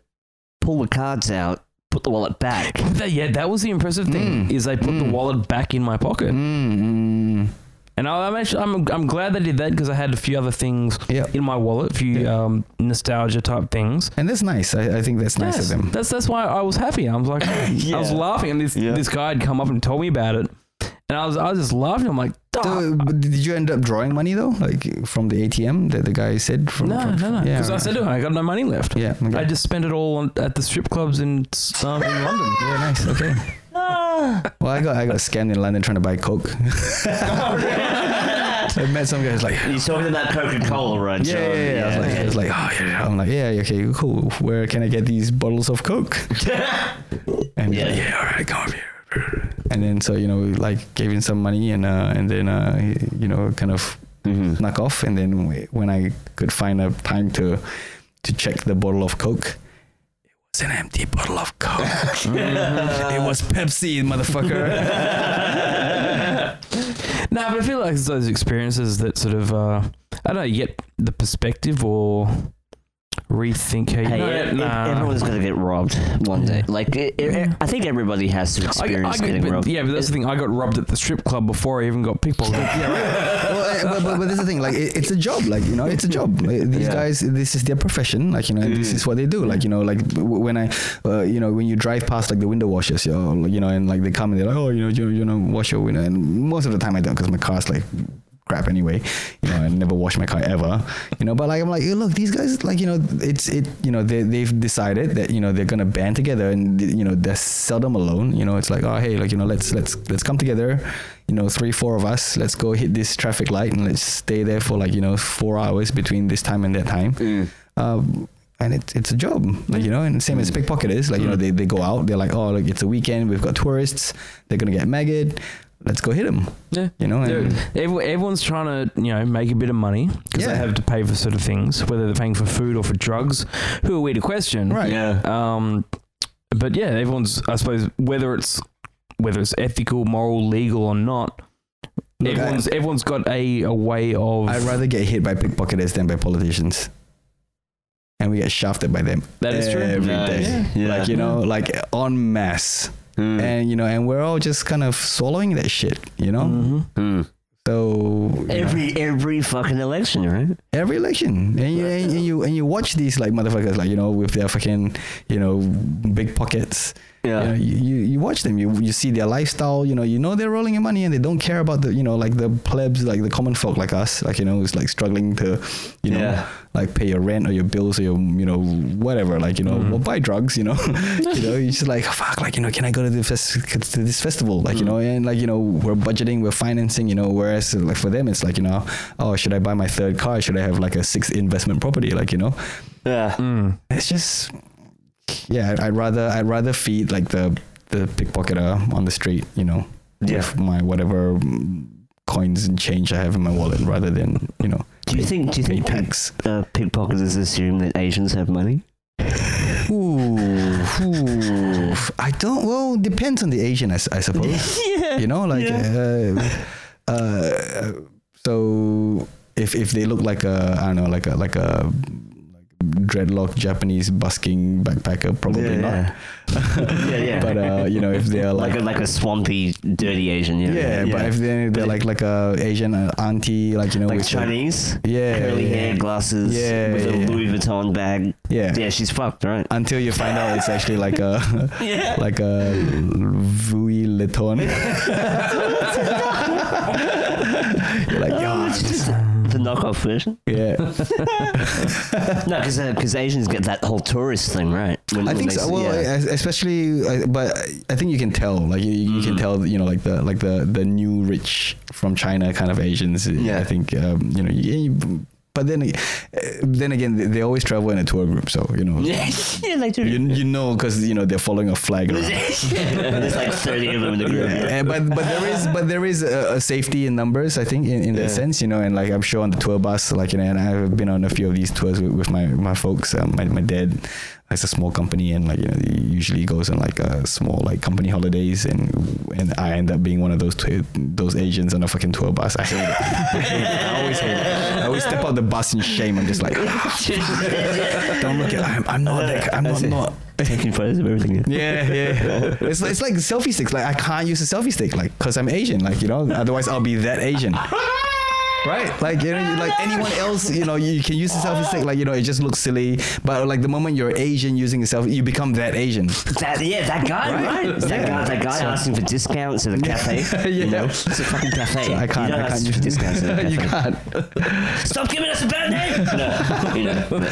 S3: pull the cards out, put the wallet back.
S4: That- yeah, that was the impressive thing
S2: Mm.
S4: is they put the
S2: Mm.
S4: wallet back in my pocket,
S2: Mm, mm.
S4: and I, I'm actually I'm, I'm glad they did that because I had a few other things
S2: Yeah,
S4: in my wallet, a few
S2: Yeah.
S4: um, nostalgia type things.
S2: and that's nice. I, I think that's nice
S4: Yes,
S2: of them.
S4: That's that's why I was happy. I was like, I was
S3: Yeah.
S4: laughing, and this
S3: Yeah.
S4: this guy had come up and told me about it, and I was I was just laughing. I'm like, "Duh."
S2: So, but did you end up drawing money though, like from the ATM that the guy said? From,
S4: no,
S2: from,
S4: no, no,
S2: yeah,
S4: because I
S2: right.
S4: said to him, I got no money left.
S2: Yeah. okay.
S4: I just spent it all on, at the strip clubs in um, in London.
S2: yeah, nice. Okay.
S4: Ah.
S2: well, I got I got scammed in London trying to buy coke.
S4: Oh,
S2: I met some guys like.
S3: You're talking about Coca Cola, right?
S2: Yeah, yeah, yeah. I was like, I was like, oh, yeah. I'm like, yeah, okay, cool. Where can I get these bottles of coke? And yeah,
S3: Yeah.
S2: yeah, all right, come over here. And then so you know, we, like gave him some money, and uh, and then uh, he- you know, kind of snuck off. And then we- when I could find a time to to check the bottle of Coke, it was an empty bottle of Coke. it was Pepsi, motherfucker.
S4: No, but I feel like it's those experiences that sort of uh, I don't know, you get the perspective or rethink how you.
S3: Hey,
S4: No,
S3: e- e-
S4: nah.
S3: everyone's gonna get robbed one day. Like, e- e-
S4: Yeah.
S3: I think everybody has to
S4: I, I,
S3: experience
S4: got-
S3: getting
S4: but-
S3: robbed.
S4: yeah, but that's the thing. I got robbed at the strip club before I even got pickpocketed.
S2: yeah, right. well, eh, but, but, but this is the thing. Like, it, it's a job. Like, you know, it's a job. Like, these
S3: Yeah.
S2: guys, this is their profession. Like, you know, and this is what they do. Like, you know, like w- when I, uh, you know, when you drive past like the window washers, you know, like, you know, and like they come and they're like, oh, you know, do you, you know, wash your window. And most of the time I don't because my car's like crap anyway. You know, I never wash my car ever. You know, but like I'm like, "Hey, look, these guys, like you know, it's it. You know, they they've decided that you know they're gonna band together, and you know they're seldom alone. You know, it's like, oh hey, like you know, let's let's let's come together. You know, three four of us, let's go hit this traffic light and let's stay there for like you know four hours between this time and that time.
S4: Mm.
S2: Um, and it, it's a job, like you know, and same as
S4: Mm.
S2: pickpocketers, like you know, they, they go out, they're like, oh, look, it's a weekend, we've got tourists, they're gonna get maggot, let's go hit them,
S4: yeah.
S2: you know.
S4: Dude,
S2: And,
S4: every- everyone's trying to, you know, make a bit of money because
S2: Yeah.
S4: they have to pay for sort of things, whether they're paying for food or for drugs. Who are we to question?
S2: right.
S3: yeah.
S4: Um, but yeah, everyone's. I suppose whether it's whether it's ethical, moral, legal, or not,
S2: Look,
S4: everyone's everyone's got a, a way of.
S2: I'd rather get hit by pickpocketers than by politicians. and we get shafted by them
S4: That is true.
S2: every
S3: Nice.
S2: day.
S3: Yeah. Mm.
S2: Like you know, like en masse, and you know, and we're all just kind of swallowing that shit, you know.
S4: Mm-hmm.
S3: Mm.
S2: So you know,
S3: Every every fucking election, right?
S2: every election, and you, and, and you and you watch these like motherfuckers, like you know, with their fucking you know big pockets. You, know, you, you you watch them, you you see their lifestyle, you know, you know they're rolling in money and they don't care about the you know like the plebs, like the common folk like us, like you know, who's like struggling to, you know,
S3: Yeah.
S2: like pay your rent or your bills or your you know whatever, like you know, or buy drugs, you know, you know, you're just like fuck, like you know, can I go to the fest- to this festival, like you know, and like you know, we're budgeting, we're financing, you know, whereas like for them it's like you know, oh, should I buy my third car? Should I have like a sixth investment property, like you know,
S3: Yeah.
S2: it's just yeah I- i'd rather i'd rather feed like the the pickpocketer on the street you know
S3: Yeah.
S2: with my whatever mm, coins and change i have in my wallet rather than you know
S3: Do you think? Do you
S2: pay
S3: think pick,
S2: tax
S3: uh, pickpocketers assume that Asians have money?
S2: ooh, ooh i don't well depends on the asian i, s- I suppose
S3: Yeah.
S2: you know like uh, uh, so if if they look like a i don't know like a like a dreadlock japanese busking backpacker probably
S3: Yeah,
S2: not
S3: yeah. yeah, yeah.
S2: but uh, you know if they're
S3: like
S2: like,
S3: a, like a swampy, dirty Asian. You know?
S2: yeah, but if they're, they're like like a Asian uh, auntie, like you know,
S3: like
S2: with the-
S3: Chinese,
S2: yeah,
S3: curly
S2: yeah.
S3: hair, glasses,
S2: Yeah,
S3: with a
S2: yeah.
S3: Louis Vuitton bag.
S2: Yeah.
S3: yeah, she's fucked, right?
S2: until you find out it's actually like a
S3: Yeah.
S2: like a Vui Leton. You're like,
S3: Oh,
S2: "Yeah,
S3: it's just the
S2: Um,
S3: knockoff version.
S2: yeah.
S3: No, because because Asians get that whole tourist thing, right? When-
S2: I
S3: when
S2: think
S3: they
S2: so.
S3: see-
S2: Well,
S3: yeah.
S2: es- especially, I- but I think you can tell. Like you, you
S3: Mm.
S2: can tell. You know, like the like the the new rich from China kind of Asians.
S3: Yeah.
S2: I think um, you know. You, you- but then, ag- eh, then again, they- they always travel in a tour group, so you know.
S3: yeah, yeah, they do.
S2: You, you know because you know they're following a flag around.
S3: There's like 30 of them in the group.
S2: Yeah, and- but but there is but there is a, a safety in numbers I think in, in that sense you know and like I'm sure on the tour bus like you know and I've been on a few of these tours with, with my my folks um, my, my dad has a small company and like you know he usually goes on like a small like company holidays and and I end up being one of those tour, those Asians on a fucking tour bus I hate it I, hate it. I always hate it I always step out the bus in shame I'm just like "Ah, don't look at I'm, I'm not that I'm not not
S3: Taking photos of everything. Yeah.
S2: yeah, yeah. It's like, it's like selfie sticks. Like I can't use a selfie stick, like because I'm Asian. Like you know, otherwise I'll be that Asian. Right, like you know, you- like anyone else, you know, you can use a selfie stick. Like you know, it just looks silly. But like the moment you're Asian using a selfie, you become that Asian.
S3: That, yeah, that guy, right? That guy, that guy asking for discounts at a cafe.
S2: Yeah.
S3: You know, it's a fucking cafe.
S2: I
S3: You
S2: can't.
S3: don't
S2: I
S3: ask
S2: can't
S3: for
S2: use
S3: discounts at a
S2: You
S3: cafe.
S2: can't.
S3: Stop giving us a bad name. No, you know.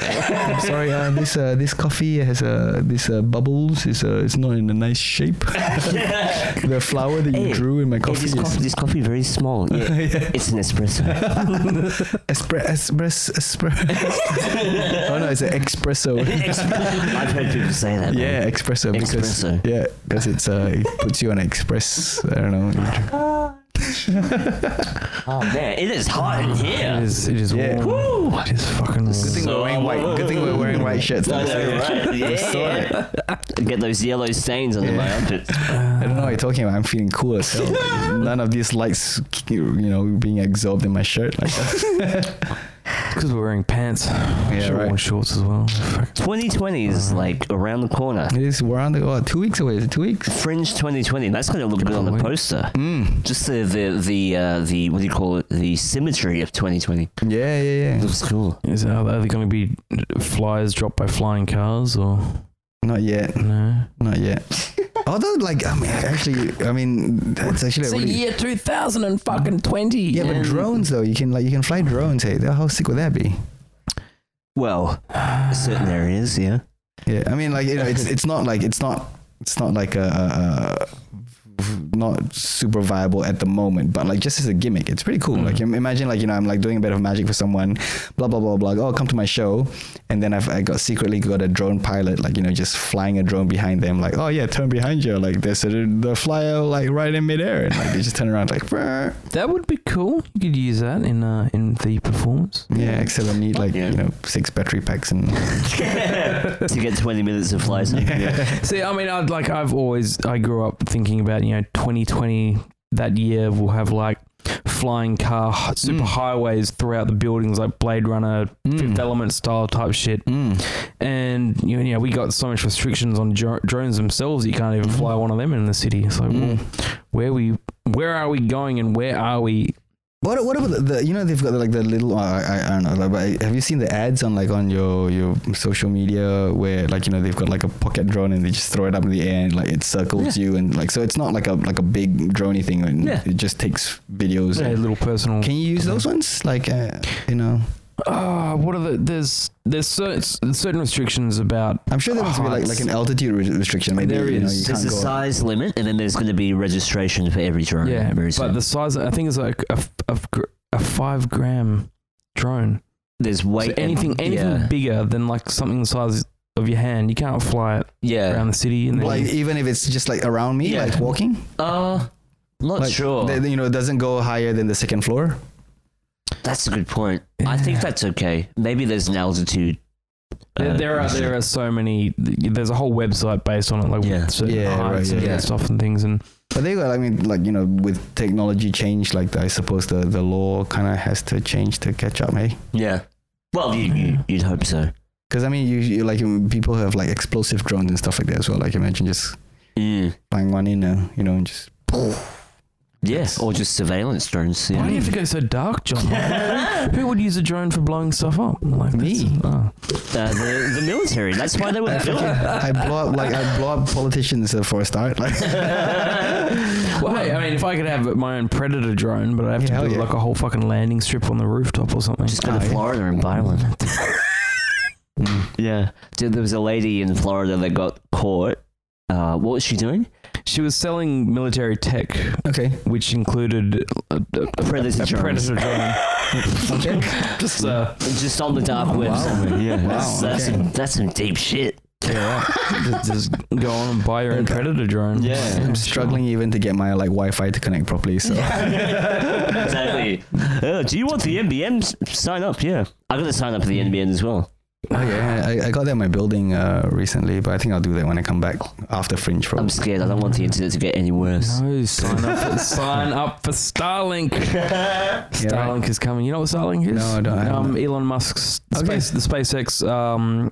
S2: I'm sorry. Uh, this uh, this coffee has uh, this uh, bubbles. It's uh, it's not in a nice shape. the flower that you
S3: Hey,
S2: drew in my
S3: Hey,
S2: coffee
S3: this,
S2: is
S3: coffee, this coffee very small. Yeah, it's an espresso.
S2: Espre- espres- espre- oh no, it's an espresso.
S3: I've heard people say that. man.
S2: Yeah, espresso because
S3: Espresso.
S2: yeah, because it's uh, it puts you on express. I don't know.
S3: Oh man, it is hot in here.
S4: It is. It is.
S2: Yeah.
S4: Warm. It is fucking.
S2: Good thing
S4: Warm.
S2: we're wearing white. Good thing we're wearing white shirts.
S3: I know, right? Yeah. Get those yellow stains under my armpits.
S2: I don't know what you're talking about. I'm feeling cool as hell. None of these lights, you know, being absorbed in my shirt like that.
S4: Because we're wearing pants. Yeah,
S2: right.
S4: Wearing shorts as well. Fuck.
S3: 2020 is like around the corner.
S2: It is. We're on the oh, two weeks away. Is it two weeks? Hmm.
S3: Fringe 2020. That's gonna look good on the
S4: wait.
S3: poster. Just the the the uh, the what do you call it? The symmetry of 2020.
S2: Yeah, yeah, yeah.
S3: Looks cool.
S4: Is are they going to be flyers dropped by flying cars or
S2: Not yet.
S4: no?
S2: Not yet. Although, like, I mean, actually, I mean, that's actually a really
S4: year 2000 and fucking 20.
S2: Yeah, but drones though you can like you can fly drones. Hey, how sick would that be?
S3: Well, certain areas, yeah.
S2: Yeah, I mean like you know it's it's not like it's not it's not like a, a, a not super viable at the moment, but like just as a gimmick, it's pretty cool. Like
S4: Mm.
S2: im- imagine like you know I'm like doing a bit of magic for someone, blah blah blah blah. Oh, come to my show, and then I've I got secretly got a drone pilot like you know just flying a drone behind them. Like oh yeah, turn behind you. Like there's a, the flyer like right in midair, and like they just turn around like "Brr."
S4: That would be cool. You could use that in uh, in the performance.
S2: yeah. Except I need like
S3: Yeah.
S2: you know six battery packs and
S3: to get 20 minutes of flight time.
S4: See, I mean, I'd like I've always I grew up thinking about you know 2020 that year will have like flying car h- super
S2: Mm.
S4: highways throughout the buildings, like Blade Runner, Fifth
S2: Mm.
S4: Element style type shit.
S2: Mm.
S4: And you know, you know, we got so much restrictions on dro- drones themselves. You can't even
S2: Mhm.
S4: fly one of them in the city. It's like, well,
S2: Mm.
S4: where we, where are we going, and where are we?
S2: What, what about the, the you know they've got like the little uh, I, I don't know like, but have you seen the ads on like on your your social media where like you know they've got like a pocket drone and they just throw it up in the air and like it circles you and like so it's not like a like a big droney thing and
S4: Yeah.
S2: it just takes videos.
S4: A little personal.
S2: Can you use those ones like uh, you know
S4: Ah, what are the? There's there's certain certain restrictions about.
S2: I'm sure there must be
S3: Oh,
S2: like like an altitude re- restriction maybe
S4: There
S2: you know
S4: is.
S2: you
S3: There's
S2: can't
S3: a
S2: go
S3: size limit, and then there's going to be registration for every drone.
S4: Yeah,
S3: very
S4: but
S3: soon.
S4: the size. I think it's like a f- a, f- a five gram drone.
S3: there's
S4: So
S3: weight. and-
S4: anything anything
S3: yeah.
S4: bigger than like something the size of your hand, you can't fly it
S3: Yeah.
S4: around the city. And then
S2: Uh, like even if it's just like around me
S3: Yeah.
S2: like walking
S3: Uh, not
S2: like
S3: sure.
S2: they- they- you know it doesn't go higher than the second floor
S3: that's a good point. I think that's okay. Maybe there's an altitude.
S2: uh,
S3: uh,
S4: there, there are there are so many. There's a whole website based on it, like
S3: Yeah.
S4: with certain
S2: Yeah, right,
S4: heights and
S2: yeah.
S4: stuff and things. And
S2: But they got, I mean, like, you know, with technology change, like, I suppose the, the law kind of has to change to catch up, hey?
S3: Yeah. Well, you, you you'd hope so.
S2: Because, I mean, you, you like, um, people have, like, explosive drones and stuff like that as well. Like, imagine just
S3: Mm.
S2: flying one in, uh, you know, and just.
S3: Yeah.
S2: That's-
S3: Or just surveillance drones.
S4: why do you
S3: Yeah.
S4: have to go so dark, John? Who would use a drone for blowing stuff up? Like
S2: Me.
S4: that's- oh.
S3: Uh, the, the military. That's why they were
S2: I,
S3: built.
S2: I blow up, like, I blow up politicians uh, for a start. Like,
S4: Well, hey, I mean, if I could have my own predator drone, but I'd have
S2: Yeah,
S4: to
S2: hell
S4: build
S2: yeah.
S4: like a whole fucking landing strip on the rooftop or something.
S3: Just go
S2: Oh,
S3: to
S2: yeah.
S3: Florida and buy one. yeah. Dude, there was a lady in Florida that got caught. Uh, what was she doing?
S4: She was selling military tech,
S2: okay.
S4: which included a, a,
S3: A predator
S4: a
S3: drone.
S4: predator drone.
S2: okay.
S4: Just uh,
S3: Just on the dark
S2: Oh,
S3: web
S2: wow.
S3: somewhere. Yeah.
S2: Wow,
S3: That's, that's,
S2: okay.
S3: some, that's some deep shit.
S4: yeah, right. just, just go on and buy your own predator drone.
S3: Yeah.
S2: I'm struggling even to get my, like, Wi Fi to connect properly. So,
S3: exactly. Uh, do you want the NBN? S- Sign up, yeah. I got to sign up for the NBN as well.
S2: oh, yeah. I, I got that in my building uh, recently, but I think I'll do that when I come back after Fringe,
S3: I'm
S2: probably.
S3: scared. I don't want the internet to get any worse.
S4: No, sign up, for, sign up for Starlink. Starlink is coming. You know what Starlink is?
S2: No, I don't- I don't
S4: Um, Elon Musk's
S2: Okay.
S4: space, the SpaceX um,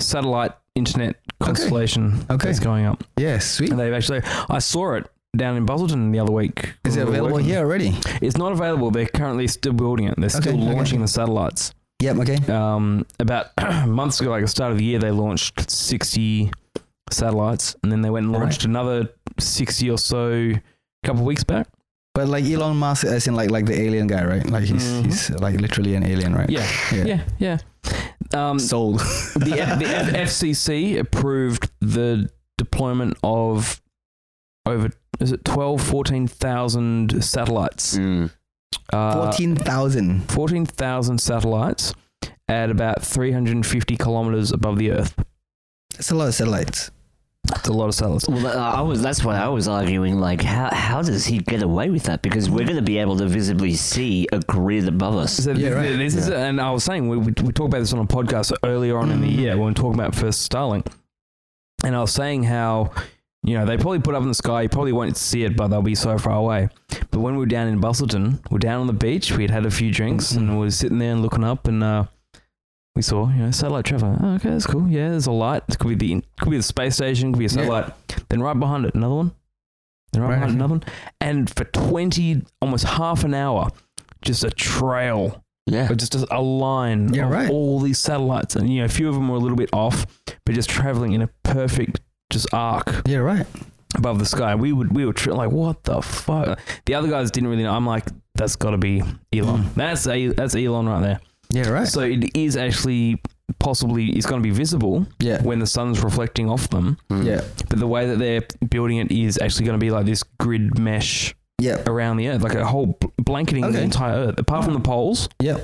S4: satellite internet constellation
S2: Okay.
S4: that's going up.
S2: Yeah, sweet.
S4: And they've actually, I saw it down in Busselton the other week.
S2: Is
S4: We
S2: it
S4: were
S2: available
S4: working.
S2: here already?
S4: It's not available. They're currently still building it. They're still
S2: Okay, okay.
S4: launching the satellites.
S2: Yep, okay.
S4: Um, about months ago, like the start of the year, they launched 60 satellites, and then they went and launched another 60 or so a couple of weeks back.
S2: But like Elon Musk, as in like like the alien guy, right? Like he's
S4: Mhm.
S2: he's like literally an alien, right?
S4: Yeah, yeah, yeah. Um,
S2: Sold.
S4: the F- the F- FCC approved the deployment of over is it 12 14,000 satellites.
S3: Mm.
S4: Uh,
S2: Fourteen thousand.
S4: 14,000 satellites at about 350 kilometers above the Earth.
S2: That's a lot of satellites.
S4: That's a lot of satellites.
S3: Well, that- I was. That's why I was arguing. Like, how how does he get away with that? Because we're going to be able to visibly see a grid above us.
S4: So
S2: Yeah,
S4: th-
S2: right.
S4: th- this is, and I was saying we, we, we talked about this on a podcast earlier on in the
S2: Mm.
S4: year when we were talking about first Starlink, and I was saying how you know they probably put up in the sky, you probably won't see it, but they'll be so far away. But when we were down in Busselton, we we're down on the beach, we had had a few drinks,
S2: Mm-hmm.
S4: and we were sitting there and looking up, and uh, we saw you know satellite travel. Oh, okay, that's cool. Yeah, there's a light. It could be the could be the space station, could be a
S2: Yeah.
S4: satellite. Then right behind it, another one. Then right,
S2: Right.
S4: behind it, another one. And for twenty, almost half an hour, just a trail,
S3: Yeah.
S4: or just a a line
S2: Yeah,
S4: of
S2: right.
S4: all these satellites, and you know, a few of them were a little bit off, but just traveling in a perfect just arc
S2: Yeah, right.
S4: above the sky. We would we were tri- like, what the fuck? The other guys didn't really know. I'm like, that's got to be Elon.
S2: Mm.
S4: That's a, that's Elon right there.
S2: Yeah, right.
S4: So it is actually possibly it's going to be visible
S2: yeah.
S4: when the sun's reflecting off them.
S2: Yeah.
S4: But the way that they're building it is actually going to be like this grid mesh
S2: Yeah.
S4: around the earth, like a whole bl- blanketing the
S2: Okay.
S4: entire earth. Apart from the poles,
S2: Yeah.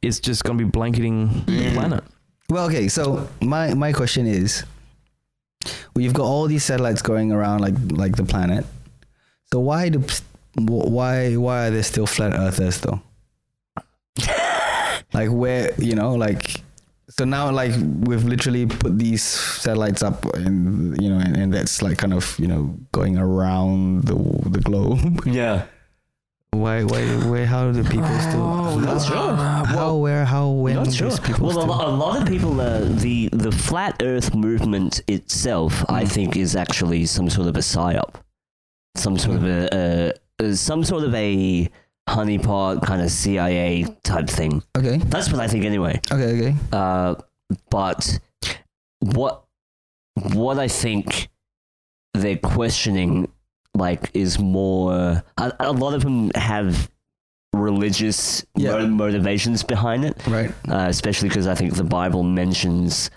S4: it's just going to be blanketing the planet.
S2: Well, okay. So my my question is, we've got all these satellites going around like like the planet. So why do wh- why why are there still flat earthers though? like where you know like so now like we've literally put these satellites up and you know and, and that's like kind of you know going around the the globe
S3: Yeah.
S2: Why? Why? Where? How do people still?
S4: Oh,
S2: how,
S3: not sure.
S2: How? Where? How? When?
S3: Not
S2: does
S3: sure.
S2: People
S3: Well, a,
S2: still,
S3: lo- a lot of people, uh, the the flat Earth movement itself, I think, is actually some sort of a psyop, some sort of a uh, uh, some sort of a honeypot kind of CIA type thing.
S2: okay.
S3: That's what I think, anyway.
S2: Okay. Okay.
S3: Uh, but what what I think they're questioning like is more a, a lot of them have religious
S2: Yeah.
S3: mo- motivations behind it
S2: Right.
S3: uh, especially because I think the Bible mentions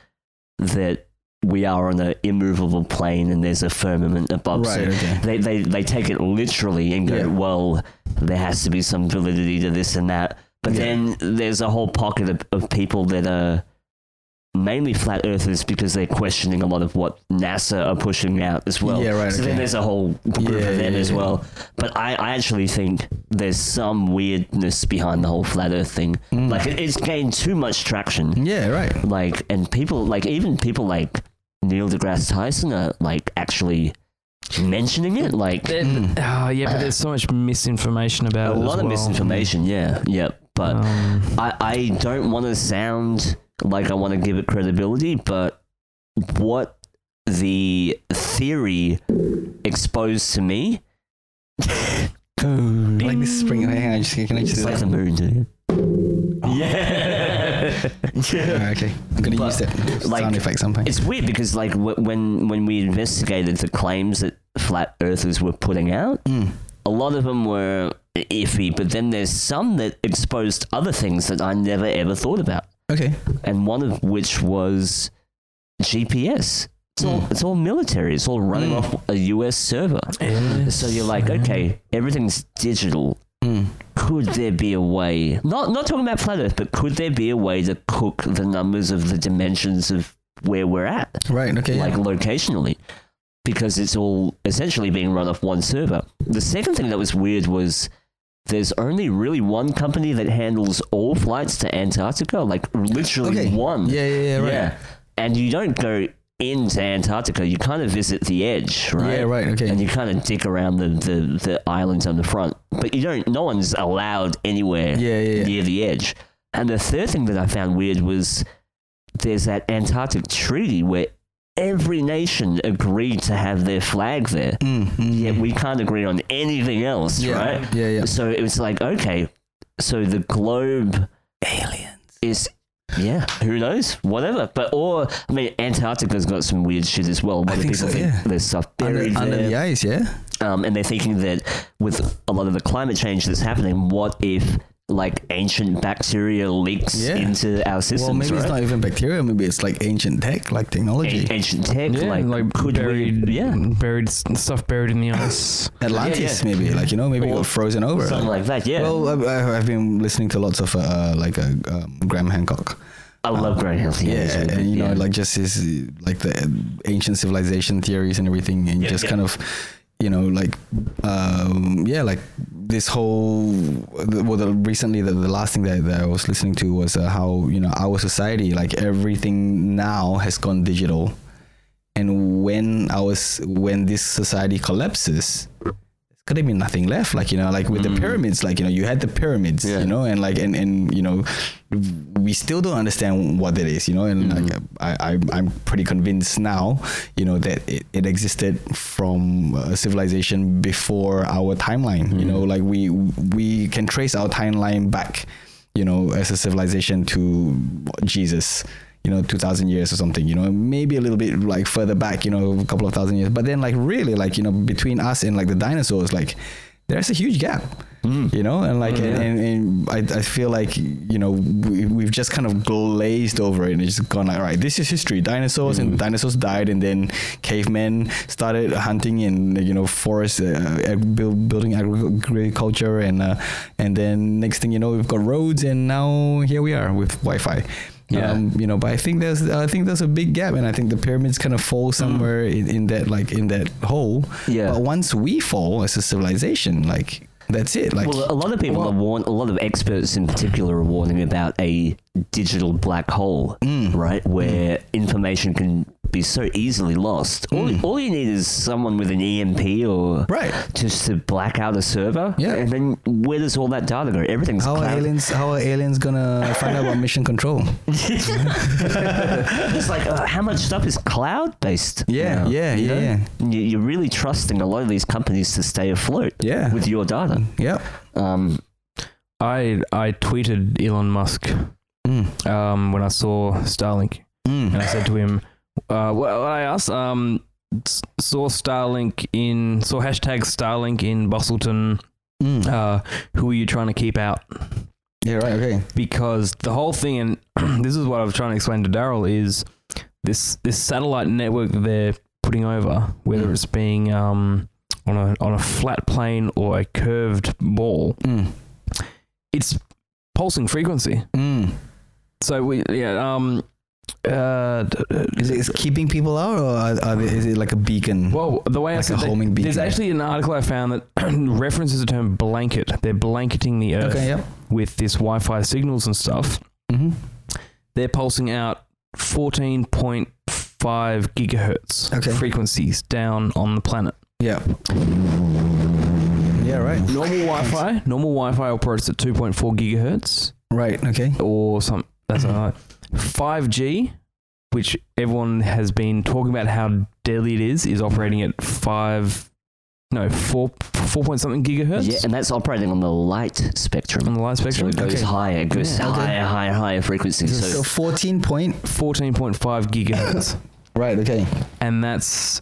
S3: that we are on an immovable plane and there's a firmament above.
S2: Right.
S3: So
S2: Okay.
S3: they, they, they take it literally and go,
S2: Yeah.
S3: well, there has to be some validity to this and that. But
S2: Yeah.
S3: then there's a whole pocket of, of people that are mainly flat earthers because they're questioning a lot of what NASA are pushing out as well.
S2: Yeah, right,
S3: so then
S2: okay.
S3: there's a whole group
S2: Yeah,
S3: of them
S2: yeah,
S3: as
S2: yeah.
S3: well. But I, I actually think there's some weirdness behind the whole flat earth thing.
S2: Mm.
S3: Like it, it's gained too much traction.
S2: Yeah. Right.
S3: Like and people like even people like Neil deGrasse Tyson are like actually mentioning it. Like
S4: There-
S2: Mm.
S4: oh, yeah, but there's so much misinformation
S3: a
S4: about it. as
S3: lot of
S4: well.
S3: misinformation. Yeah, yeah. But
S4: Um,
S3: I, I don't want to sound like I want to give it credibility, but what the theory exposed to me,
S2: Like this spring. Hang on. Just, can I just
S3: it's
S2: do
S3: like
S2: that?
S3: the moon, dude. Yeah.
S2: Alright, okay. I'm gonna
S3: But,
S2: use that
S3: like,
S2: sound effect sometime.
S3: It's weird because like wh- when when we investigated the claims that flat earthers were putting out,
S2: Mm.
S3: a lot of them were iffy, but then there's some that exposed other things that I never ever thought about,
S2: Okay.
S3: and one of which was GPS. It's all
S2: Mm.
S3: it's all military. It's all running
S2: Mm.
S3: off a US server. So you're like,
S4: Hmm.
S3: okay, everything's digital.
S2: Mm.
S3: Could there be a way? Not not talking about flat Earth, but could there be a way to cook the numbers of the dimensions of where we're at?
S2: Right. Okay.
S3: like locationally because it's all essentially being run off one server. The second thing that was weird was there's only really one company that handles all flights to Antarctica, like literally
S2: okay.
S3: one.
S2: Yeah. Yeah. Yeah. Right. Yeah.
S3: And you don't go into Antarctica, you kind of visit the edge, right?
S2: Right. okay.
S3: And you kind of dick around the, the, the islands on the front, but you don't, no one's allowed anywhere
S2: yeah. Yeah. Yeah.
S3: near the edge. And the third thing that I found weird was there's that Antarctic treaty where every nation agreed to have their flag there.
S2: Mm, mm,
S3: Yet we can't agree on anything else,
S2: yeah.
S3: right?
S2: Yeah. Yeah.
S3: So it was like, okay, so the globe
S2: Aliens.
S3: is yeah, who knows? Whatever. But or I mean Antarctica's got some weird shit as well. A lot of
S2: think
S3: people
S2: so,
S3: think
S2: yeah.
S3: there's stuff
S2: Under,
S3: buried
S2: under
S3: there
S2: the ice. Yeah.
S3: um, and they're thinking that with a lot of the climate change that's happening, what if like ancient bacteria leaks
S2: Yeah.
S3: into our systems?
S2: Well, maybe
S3: right?
S2: it's not even bacteria. Maybe it's like ancient tech, like technology.
S3: A- ancient tech,
S4: yeah,
S3: like,
S4: like,
S3: could
S4: buried,
S3: we, yeah,
S4: buried s- stuff buried in the ice.
S2: Atlantis,
S3: Yeah, yeah.
S2: maybe like you know, maybe it
S3: Or
S2: got frozen over.
S3: something like that. Yeah,
S2: Well, I've- I've, I've been listening to lots of uh, uh, like uh, um, Graham Hancock.
S3: I love grey health. Yeah,
S2: uh, Yeah,
S3: it's really
S2: and you know,
S3: good, yeah.
S2: like just his uh, like the uh, ancient civilization theories and everything, and
S3: Yeah,
S2: just
S3: yeah.
S2: kind of, you know, like um, yeah, like this whole. the- Well, the, recently the, the last thing that, that I was listening to was uh, how you know our society, like everything now has gone digital, and when I was when this society collapses. there's Gonna be nothing left, like you know, like with the pyramids, like you know, you had the pyramids,
S3: Yeah.
S2: you know, and like and and you know, we still don't understand what that is, you know, and like I, I I'm pretty convinced now, you know, that it, it existed from uh, civilization before our timeline, you know, like we we can trace our timeline back, you know, as a civilization to Jesus. You know, two thousand years or something. You know, maybe a little bit like further back. You know, a couple of thousand years. But then, like, really, like, you know, between us and like the dinosaurs, like, there's a huge gap you know and like and, and, and I, I feel like you know we, we've just kind of glazed over it and it's just gone like all right this is history dinosaurs
S3: Mm.
S2: and dinosaurs died and then cavemen started hunting in you know forests uh, ag- build, building agri- agriculture and uh, and then next thing you know we've got roads and now here we are with wi-fi
S3: Yeah.
S2: um, you know, but I think there's I think there's a big gap, and I think the pyramids kind of fall somewhere in, in that like in that hole.
S3: Mm. Yeah.
S2: But once we fall as a civilization, like that's it. Like
S3: well, a lot of people are warn, a lot of experts in particular are
S2: Mm.
S3: warning about a digital black hole, right, where information can be so easily lost.
S2: Mm.
S3: All, all you need is someone with an EMP or
S2: Right.
S3: just to black out a server.
S2: Yeah.
S3: And then where does all that data go? Everything's
S2: How are
S3: cloud.
S2: aliens? How are aliens gonna find out about mission control?
S3: it's like uh, how much stuff is cloud based?
S2: Yeah, yeah, yeah, yeah.
S3: You, you're really trusting a lot of these companies to stay afloat
S2: Yeah.
S3: with your data.
S2: Yep.
S3: Um,
S4: I I tweeted Elon Musk
S2: Mm.
S4: um, when I saw Starlink, and
S2: Mm.
S4: I said to him, uh, well, I asked, um, s- saw Starlink in saw hashtag Starlink in Bustleton.
S2: Mm.
S4: Uh, who are you trying to keep out?
S2: Yeah. Right. Okay.
S4: because the whole thing, and this is what I was trying to explain to Daryl, is this this satellite network that they're putting over, whether
S2: Mm.
S4: it's being um, on a on a flat plane or a curved ball,
S2: Mm.
S4: it's pulsing frequency.
S2: Mm.
S4: So we yeah um uh d- d-
S2: Is it is it keeping people out, or are, are they, is it like a beacon?
S4: well the way I
S2: Like
S4: said
S2: a
S4: that-
S2: homing
S4: there's
S2: beacon.
S4: actually an article I found that references the term blanket. They're blanketing the earth
S2: Okay. Yep.
S4: with this Wi-Fi signals and stuff.
S2: Mm-hmm.
S4: they're pulsing out 14.5 gigahertz
S2: Okay.
S4: frequencies down on the planet.
S2: Yeah. Yeah. Right.
S4: Normal Wi-Fi, normal Wi-Fi operates at 2.4 gigahertz
S2: Right. Okay.
S4: or some that's not right. 5G, which everyone has been talking about how deadly it is, is operating at 5 no, 4 4 point something gigahertz
S3: yeah, and that's operating on the light spectrum.
S4: on the light
S3: So
S4: spectrum.
S3: it goes
S2: Okay.
S3: higher, it goes
S2: Yeah. Okay.
S3: higher, higher, higher frequencies.
S2: So
S3: So,
S2: fourteen point.
S4: 14.5 gigahertz.
S2: Right. Okay.
S4: and that's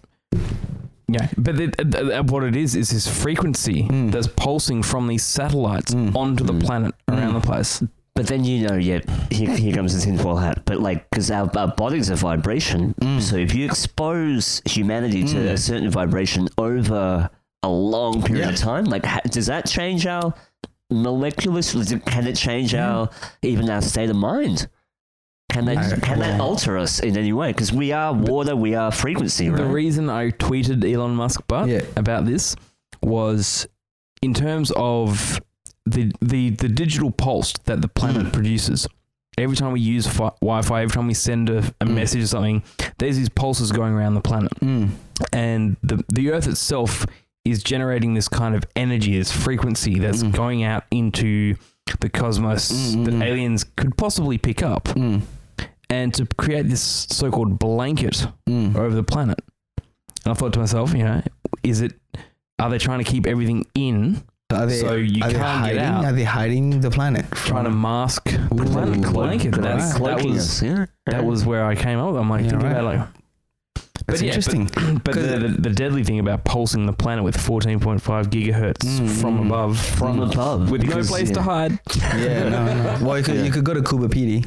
S4: yeah. But it, th- th- what it is is this frequency
S2: Mm.
S4: that's pulsing from these satellites
S2: Mm.
S4: onto the
S3: Mm.
S4: planet around
S2: Mm.
S4: the place.
S3: but then you know, yeah, here, here comes the tinfoil hat. But like, because our, our bodies are vibration,
S2: Mm.
S3: so if you expose humanity
S2: Mm.
S3: to a certain vibration over a long period of
S2: Yeah.
S3: time, like, ha- does that change our molecular? does it- Can it change our even our state of mind? Can that
S2: I-
S3: can that
S2: well-
S3: alter us in any way? Because we are water, we are frequency,
S4: The
S3: right?
S4: reason I tweeted Elon Musk but
S2: Yeah.
S4: about this was in terms of the the the digital pulse that the planet
S2: Mm.
S4: produces. Every time we use fi- Wi-Fi, every time we send a, a
S2: Mm.
S4: message or something, there's these pulses going around the planet,
S2: Mm.
S4: and the the Earth itself is generating this kind of energy, this frequency that's
S2: Mm.
S4: going out into the cosmos
S2: Mm, mm,
S4: that
S2: mm.
S4: aliens could possibly pick up,
S2: Mm.
S4: and to create this so-called blanket
S2: Mm.
S4: over the planet. And I thought to myself, you know, is it? Are they trying to keep everything in,
S2: Are they?
S4: so you
S2: are
S4: can't
S2: they hiding?
S4: get out?
S2: Are they hiding the planet?
S4: Trying to mask
S2: Ooh.
S4: the planet
S2: Cloaking.
S4: blanket.
S2: Cloaking.
S4: That's, that
S3: Cloaking
S4: was
S3: us, yeah.
S4: that was where I came up. with it. I'm like
S2: Yeah,
S4: thinking
S2: right.
S4: about like,
S2: That's
S4: yeah,
S2: interesting.
S4: but the, the, the deadly thing about pulsing the planet with 14.5 gigahertz
S2: Mm,
S4: from
S2: mm.
S4: above,
S3: from above
S4: with no
S3: because-
S4: place to
S3: yeah.
S4: hide.
S2: yeah. No. No. Well, you could,
S3: Yeah.
S2: you could go to Cuba PD.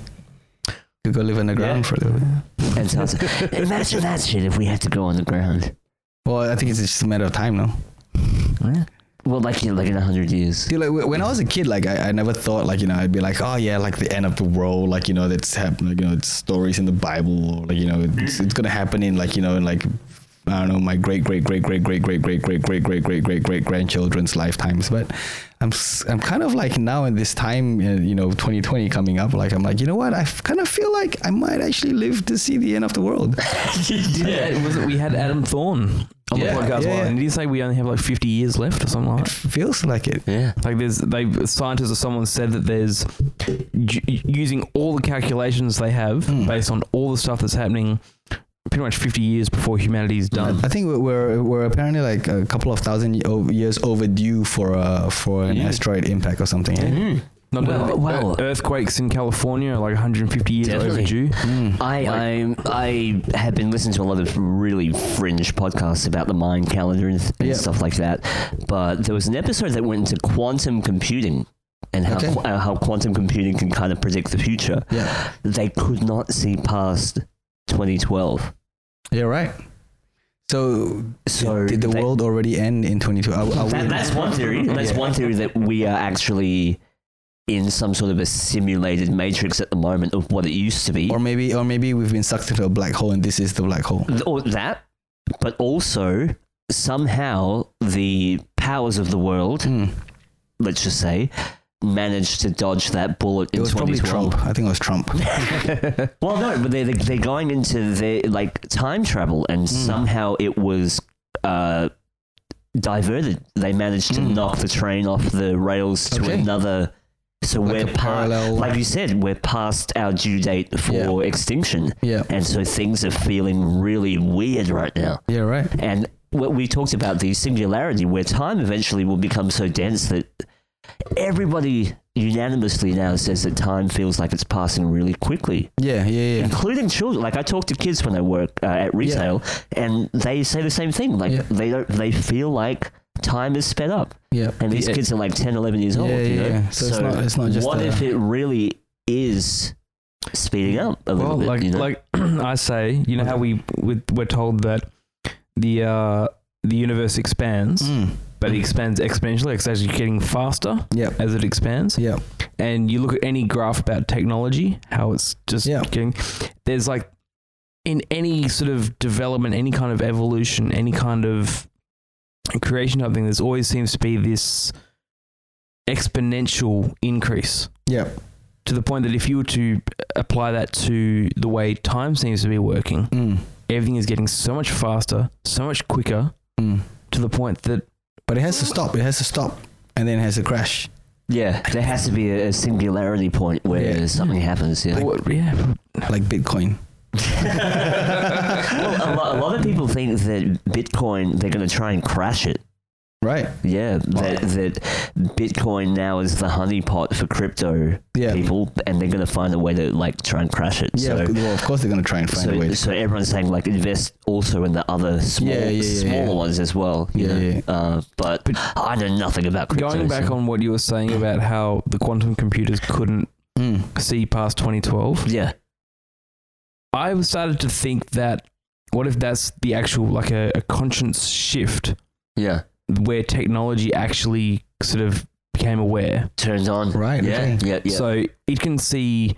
S2: You could go live underground for a little bit.
S3: And so I was- imagine that shit if we had to go on the ground.
S2: Well, I think it's just a matter of time now.
S3: Well, like in like in a hundred years.
S2: Dude, like wh- when I was a kid, like I, I never thought like you know I'd be like oh yeah like the end of the world like you know that's happened like you know it's stories in the Bible or like you know it's, it's gonna happen in like you know in like I don't know my great great great great great great great great great great great great great grandchildren's lifetimes, but I'm s- I'm kind of like now in this time uh, you know 2020 coming up like I'm like you know what I kind of feel like I might actually live to see the end of the world.
S4: Yeah, was it, we had Adam Thorne on
S2: Yeah,
S4: the podcast,
S2: yeah,
S4: yeah,
S2: yeah.
S4: and did he say we only have like 50 years left or something like that?
S2: Feels like it.
S3: Yeah.
S4: Like there's they scientists or someone said that there's ju- using all the calculations they have
S2: Hmm.
S4: based on all the stuff that's happening pretty much 50 years before humanity is done.
S2: I think we're- we're we're apparently like a couple of thousand ye- o- years overdue for a for an
S4: Yeah.
S2: asteroid impact or something. eh?
S4: Not
S3: Well,
S4: that-
S3: well-
S4: earthquakes in California are like 150 years
S3: Definitely.
S4: overdue.
S2: Mm.
S3: I, I I have been listening to a lot of really fringe podcasts about the mind calendar and, th- and
S2: Yeah.
S3: stuff like that. But there was an episode that went into quantum computing and how
S2: Okay.
S3: qu- uh, how quantum computing can kind of predict the future.
S2: Yeah,
S3: They could not see past 2012.
S2: you're right. So
S3: So
S2: did the
S3: they-
S2: world already end in 22? Are, are
S3: That,
S2: we-
S3: that's one theory. That's
S2: Yeah.
S3: one theory that we are actually in some sort of a simulated matrix at the moment of what it used to be,
S2: or
S3: or,
S2: maybe or maybe we've been sucked into a black hole and this is the black hole.
S3: that. But also, somehow the powers of the world,
S2: Mm.
S3: let's just say, managed to dodge that bullet
S2: It
S3: in
S2: was probably
S3: 2012.
S2: Trump. I think it was Trump.
S3: Well, no, but they're, they're going into the like time travel,
S2: Hmm.
S3: and somehow it was uh, diverted. They managed to
S2: Mm.
S3: knock the train off the rails to
S2: Okay.
S3: another. So
S2: Like
S3: we're
S2: a
S3: pa-
S2: parallel-
S3: like you said, we're past our due date for
S2: Yeah.
S3: extinction,
S2: yeah.
S3: and so things are feeling really weird right now.
S2: Yeah, right.
S3: And what we talked about the singularity, where time eventually will become so dense that everybody unanimously now says that time feels like it's passing really quickly
S2: Yeah, yeah, yeah.
S3: including children. Like I talk to kids when I work uh, at retail, and they say the same thing. Like
S2: Yeah.
S3: they don't, they feel like time is sped up,
S2: Yeah.
S3: and these
S2: Yeah.
S3: kids are like 10, 11 years old.
S2: Yeah,
S3: you
S2: yeah,
S3: know?
S2: yeah. So it's not- it's not just
S3: what
S2: a-
S3: if it really is speeding up a little
S4: Well,
S3: bit?
S4: like
S3: you know?
S4: like I say, you know how we with, we're told that the uh, the universe expands,
S3: Hmm.
S2: Mm.
S4: but it expands exponentially. It's actually getting faster
S2: Yeah.
S4: as it expands.
S2: Yeah.
S4: And you look at any graph about technology, how it's just
S2: Yeah.
S4: getting. There's like in any sort of development, any kind of evolution, any kind of creation type thing, there's always seems to be this exponential increase
S2: Yeah.
S4: to the point that if you were to apply that to the way time seems to be working,
S2: Mm.
S4: everything is getting so much faster, so much quicker,
S2: Mm.
S4: to the point that
S2: But it has to stop. It has to stop. And then it has to crash.
S3: yeah, there has to be a, a singularity point where
S2: Yeah.
S3: something happens. Yeah.
S4: Well, yeah,
S2: Like Bitcoin.
S3: well, a, lot, a lot of people think that Bitcoin they're going to try and crash it.
S2: Right.
S3: Yeah, that, that Bitcoin now is the honeypot for crypto
S2: Yeah.
S3: people, and they're going to find a way to like try and crash it.
S2: Yeah.
S3: so,
S2: well, of course they're going to try and find a way.
S3: so,
S2: to-
S3: so everyone's saying like invest also in the other small,
S2: Yeah, yeah, yeah,
S3: smaller
S2: yeah.
S3: ones as well. you
S2: Yeah,
S3: know?
S2: yeah.
S3: Uh, but, I know nothing about crypto.
S4: going back
S3: so-
S4: on what you were saying about how the quantum computers couldn't
S2: Mm.
S4: see past 2012,
S3: yeah,
S4: I started to think that what if that's the actual like a, a conscience shift
S3: yeah,
S4: where technology actually sort of became aware,
S3: turned on.
S2: Right,
S3: Yeah,
S2: okay.
S3: yeah, yeah.
S4: so it can see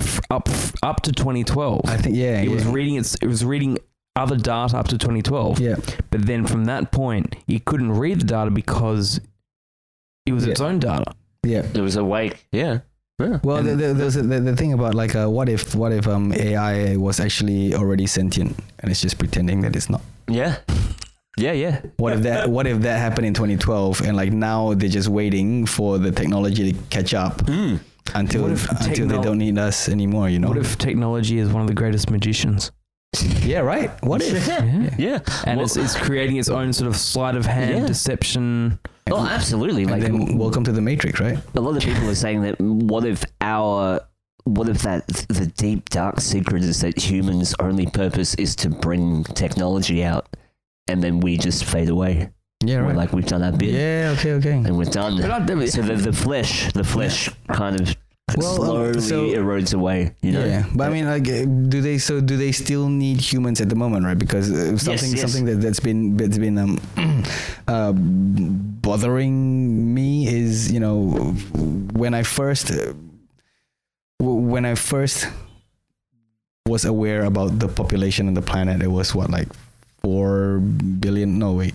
S4: f- up up to 2012.
S2: I think, yeah.
S4: it
S2: yeah.
S4: was reading its it was reading other data up to 2012
S2: yeah.
S4: but then from that point it couldn't read the data because it was
S2: Yeah.
S4: its own data
S2: Yeah.
S3: it was awake. Yeah, yeah.
S2: Well,
S4: And-
S2: the, the, there's a- the, the thing about like, uh, what if, what if um, AI was actually already sentient and it's just pretending that it's not?
S3: yeah, yeah, yeah.
S2: What if that? What if that happened in 2012, and like now they're just waiting for the technology to catch up
S3: Mm.
S2: until
S4: What if
S2: until they
S4: techno-
S2: don't need us anymore? You know?
S4: what if technology is one of the greatest magicians
S2: Yeah, right. What if?
S3: Yeah,
S4: Yeah.
S3: yeah.
S4: and
S3: Well-
S4: it's, it's creating its own sort of sleight of hand
S3: Yeah.
S4: deception
S3: oh, absolutely.
S2: And
S3: like
S2: then welcome to the Matrix, right?
S3: A lot of people are saying that what if our what if that the deep dark secret is that humans' only purpose is to bring technology out, and then we just fade away.
S2: Yeah,
S3: We're
S2: right.
S3: like we've done our bit,
S2: yeah. Okay. Okay.
S3: and we're done.
S4: But I don't-
S3: so the, the flesh, the flesh, kind of
S2: Well, um,
S3: slowly
S2: so-
S3: erodes away. You know.
S2: Yeah, but I mean, like, uh, do they? So, do they still need humans at the moment, right? Because uh, something,
S3: yes.
S2: something that that's been that's been um, uh, bothering me is, you know, when I first, uh, w- when I first was aware about the population of the planet, it was what like four billion? No, wait,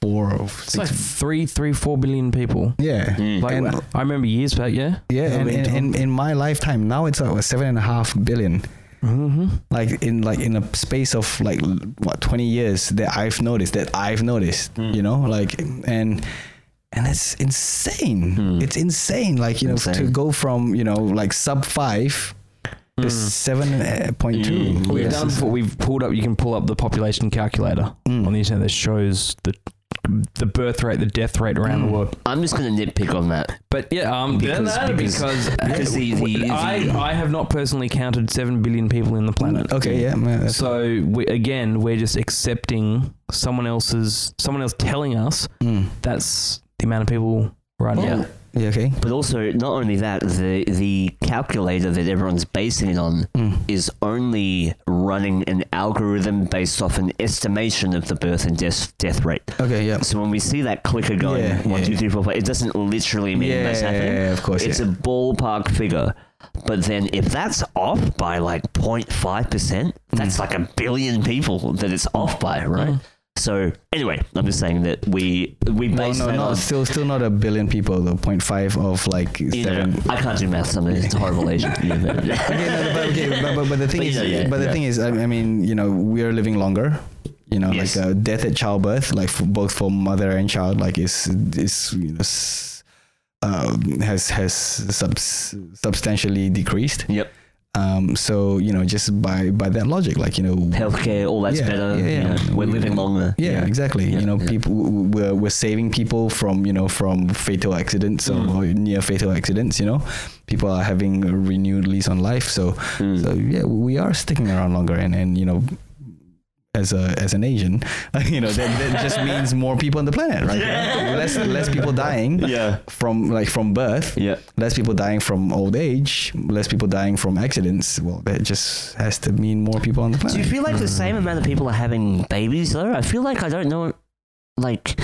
S2: four or
S4: it's
S2: six.
S4: like three three four billion people
S2: yeah.
S3: Mm.
S4: like
S2: And-
S4: i remember years back yeah
S2: Yeah, and,
S4: Billion
S2: and,
S4: ton.
S2: and in my lifetime now it's like seven and a half billion.
S4: mm-hmm.
S2: like in like in a space of like l- what 20 years that I've noticed that I've noticed
S3: Hmm.
S2: you know like and and that's insane
S3: Hmm.
S2: it's insane like you know to
S3: Insane. Hmm.
S2: go from you know like sub 5 to eh, 7.2
S3: Mm.
S4: We've
S3: Yes.
S4: done before. We've pulled up. You can pull up the population calculator
S2: Mm.
S4: on the internet that shows the the birth rate, the death rate around the world.
S3: I'm just gonna nitpick on that.
S4: But yeah, um,
S3: Because-
S4: because
S3: because-
S4: because,
S3: because the- the- the-
S4: I, I have not personally counted seven billion people in the planet.
S2: Mm, okay yeah man, that's-
S4: So we, again, we're just accepting someone else's someone else telling us
S2: mm.
S4: that's the amount of people right
S3: Yeah.
S4: now.
S2: yeah okay
S3: But also, not only that, the the calculator that everyone's basing it on
S2: Mm.
S3: is only running an algorithm based off an estimation of the birth and death death rate.
S2: okay yeah
S3: So when we see that clicker going
S2: Yeah,
S3: one,
S2: yeah.
S3: two, three, four, five, it doesn't literally mean
S2: yeah,
S3: that's happening.
S2: of course
S3: It's
S2: yeah.
S3: a ballpark figure. But then if that's off
S2: Mm.
S3: by like 0.5%, that's like a billion people that it's off by, right? So anyway, I'm just saying that we we
S2: No,
S3: base
S2: no,
S3: that
S2: no.
S3: on.
S2: Still, still not a billion people though. 0.5 of like
S3: You
S2: seven.
S3: know, I can't do math. Sometimes it's a horrible Asian. Yeah, but-
S2: Okay, no, no, but, okay, but, but, but the thing
S3: But
S2: is,
S3: yeah, yeah,
S2: but the
S3: yeah.
S2: thing is, I, I mean, you know, we are living longer. You know, like
S3: Yes.
S2: uh, death at childbirth, like for both for mother and child, like is is you know, s- um, has has subs- substantially decreased.
S3: Yep.
S2: Um, so you know, just by by that logic, like you know,
S3: Healthcare, all that's
S2: Yeah,
S3: better.
S2: yeah,
S3: you know,
S2: yeah.
S3: we're living longer.
S2: Yeah, exactly.
S3: Yeah,
S2: you know,
S3: yeah.
S2: people we're, we're saving people from you know from fatal accidents or
S3: Mm.
S2: near fatal accidents. You know, people are having a renewed lease on life. So,
S3: Mm.
S2: so yeah, we are sticking around longer, and and you know. As a as an Asian, you know that, that just means more people on the planet, right? Less less people dying
S3: Yeah.
S2: from like from birth,
S3: Yeah.
S2: less people dying from old age, less people dying from accidents. Well, that just has to mean more people on the planet.
S3: Do you feel like the same amount of people are having babies though? I feel like I don't know, like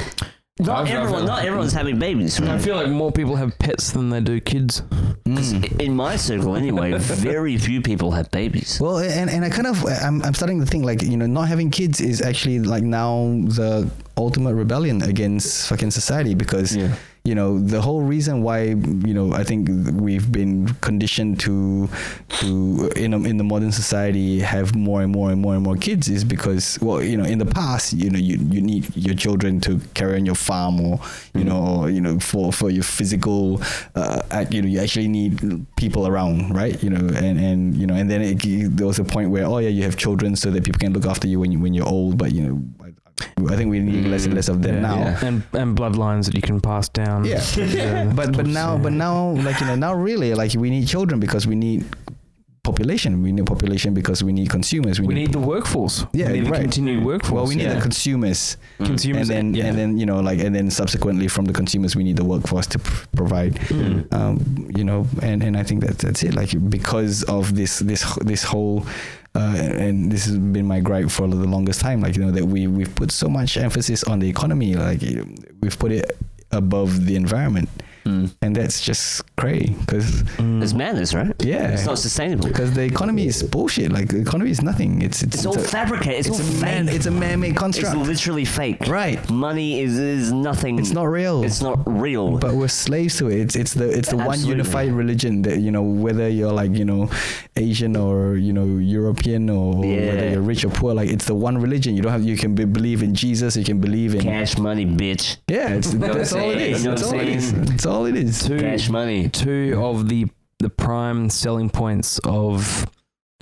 S3: not
S4: I've- I've-
S3: everyone, not everyone's having babies.
S4: I
S3: Right?
S4: feel like more people have pets than they do kids.
S2: Mm.
S3: In my circle, anyway, very few people have babies.
S2: Well, and, and I kind of I'm, I'm starting to think like you know not having kids is actually like now the ultimate rebellion against fucking society because
S3: Yeah.
S2: you know the whole reason why you know I think we've been conditioned to to in in the modern society have more and more and more and more kids is because well you know in the past you know you, you need your children to carry on your farm or you know or, you know for for your physical uh, act, you know you actually need people around right you know and and you know and then it, g- there was a point where oh yeah you have children so that people can look after you when you when you're old but you know I, I think we need less and less of
S4: Mm,
S2: them now
S4: And and bloodlines that you can pass down.
S2: yeah. But but now but now like you know now really like we need children because we need population. We need population because we need consumers. We,
S4: we
S2: need,
S4: need the workforce.
S2: Yeah,
S4: we need
S2: right.
S4: the continued workforce.
S2: well we need
S4: yeah. Mm.
S2: the consumers.
S4: consumers.
S2: and then
S4: yeah.
S2: and then you know like and then subsequently from the consumers we need the workforce to pr- provide um, you know and and I think that that's it like because of this this wh- this whole uh, and this has been my gripe for the longest time like you know that we we've put so much emphasis on the economy like you know, we've put it above the environment and that's just cray because
S3: It's madness, right?
S2: Yeah.
S3: it's not sustainable.
S2: because the economy is bullshit like the economy is nothing it's it's,
S3: It's all
S2: a-
S3: fabricated. It's,
S2: it's
S3: all
S2: a
S3: fake.
S2: man it's a man-made
S3: it's
S2: construct
S3: literally fake.
S2: right
S3: Money is is nothing.
S2: it's not real
S3: It's not real.
S2: but we're slaves to it. It's it's the it's the one
S3: Absolutely.
S2: unified religion that you know whether you're like you know Asian or you know European or whether
S3: Yeah.
S2: you're rich or poor. Like it's the one religion. You don't have you can be, believe in Jesus. You can believe in
S3: Cash money, bitch.
S2: yeah. It's,
S3: what
S2: that's
S3: I'm
S2: all it
S3: saying?
S2: is.
S3: You know
S2: That's
S3: what
S2: all
S3: I'm
S2: it is.
S3: saying?
S2: That's all it is.
S4: two
S3: Cash money.
S4: two of the the prime selling points of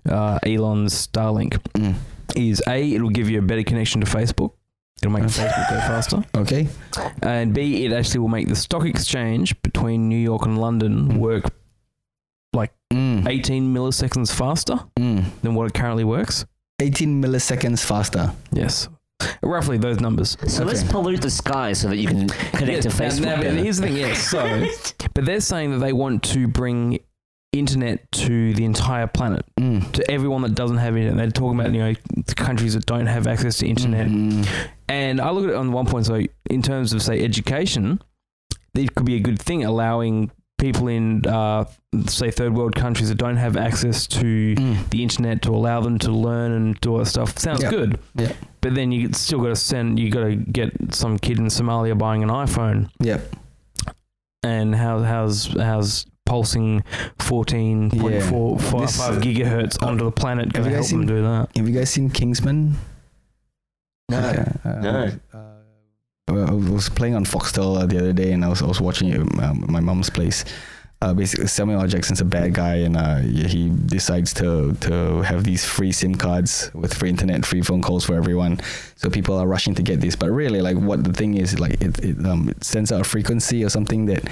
S4: uh, Elon's Starlink
S2: Mm.
S4: is a it'll give you a better connection to Facebook. It'll make Facebook go faster,
S2: Okay.
S4: and b it actually will make the stock exchange between New York and London work
S2: Mm.
S4: 18 milliseconds faster
S2: Mm.
S4: than what it currently works.
S2: 18 milliseconds faster.
S4: Yes, roughly those numbers.
S3: So let's pollute the sky so that you can connect to
S4: Yeah,
S3: Facebook.
S4: now- now,
S3: better.
S4: here's the thing, yes. So, but they're saying that they want to bring internet to the entire planet,
S2: Mm.
S4: to everyone that doesn't have internet. They're talking about you know the countries that don't have access to internet.
S3: Mm-hmm.
S2: Mm.
S4: And I look at it on one point. So, in terms of say education, it could be a good thing allowing people in uh, say third world countries that don't have access to
S2: Mm.
S4: the internet to allow them to learn and do all that stuff. Sounds
S2: Yeah.
S4: good.
S2: Yeah.
S4: But then you still got to send. You got to get some kid in Somalia buying an iPhone.
S2: Yep.
S4: And how how's how's pulsing fourteen point four five
S2: This-
S4: five gigahertz onto the planet
S2: Have
S4: going
S2: you
S4: to help
S2: guys
S4: them
S2: seen-
S4: do that?
S2: Have you guys seen Kingsman?
S3: No.
S2: Uh,
S3: No.
S2: Uh, I was playing on Foxtel uh, the other day, and I was, I was watching it at um, my mom's place. Uh, basically, Samuel L. Jackson's a bad guy, and uh, yeah, he decides to to have these free SIM cards with free internet, free phone calls for everyone. So people are rushing to get this, but really, like what the thing is, like it it, um, it sends out a frequency or something that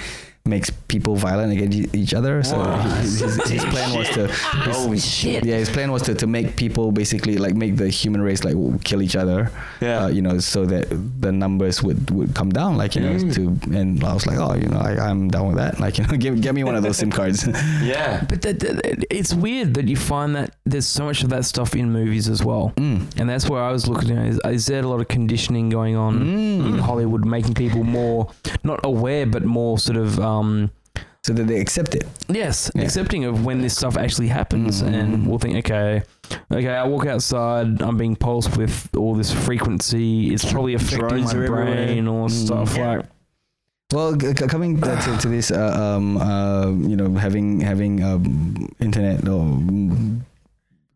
S2: makes people violent against e- each other. So his, his, his plan was to his-
S3: Holy shit.
S2: yeah, his plan was to, to make people basically like make the human race like w- kill each other.
S3: Yeah.
S2: Uh, you know, so that the numbers would, would come down. Like you know,
S3: Mm.
S2: to and I was like, oh, you know, I, I'm down with that. Like you know, give get me one of those SIM cards.
S3: Yeah.
S4: But that, that- it's weird that you find that there's so much of that stuff in movies as well.
S2: Mm.
S4: And that's where I was looking at is, is there a lot of conditioning going on in Hollywood, making people more, not aware, but more sort of, um,
S2: So that they accept it.
S4: yes,
S2: Yeah.
S4: accepting of when this stuff actually happens
S2: Mm.
S4: and we'll think, okay, okay, I walk outside. I'm being pulsed with all this frequency. It's probably affecting
S3: Drones
S4: my
S3: are everywhere.
S4: brain or
S2: Mm.
S4: stuff
S3: Yeah.
S4: like.
S2: Well, c- c- coming uh, to, to this, uh, um, uh, you know, having having um, internet or mm,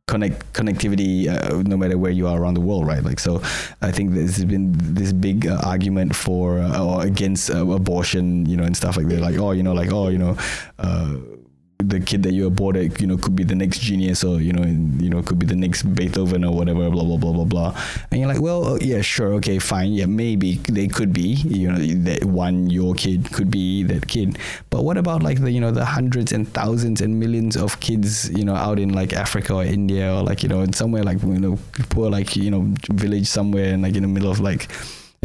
S2: connect connectivity, uh, no matter where you are around the world, right? Like, so I think there's been this big uh, argument for uh, or against uh, abortion, you know, and stuff like that. Like, oh, you know, like oh, you know. Uh, the kid that you aborted, you know, could be the next genius, or you know, and, you know, could be the next Beethoven or whatever, blah blah blah blah blah. And you're like, well, uh, yeah, sure, okay, fine, yeah, maybe they could be, you know, that one your kid could be that kid. But what about like the you know the hundreds and thousands and millions of kids, you know, out in like Africa or India or like you know in somewhere like you know poor like you know village somewhere and like in the middle of like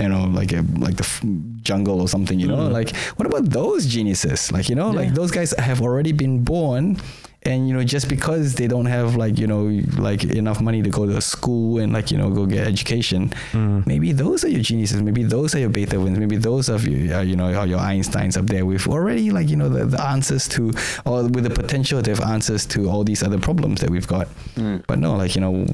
S2: you know, like a, like the f- jungle or something, you know, like what about those geniuses? Like, you know, like those guys have already been born and, you know, just because they don't have like, you know, like enough money to go to school and like, you know, go get education, maybe those are your geniuses. Maybe those are your Beethovens. Maybe those are, your- uh, you know, are your Einsteins up there with already like, you know, the, the answers to, or with the potential to have answers to all these other problems that we've got. But no, like, you know,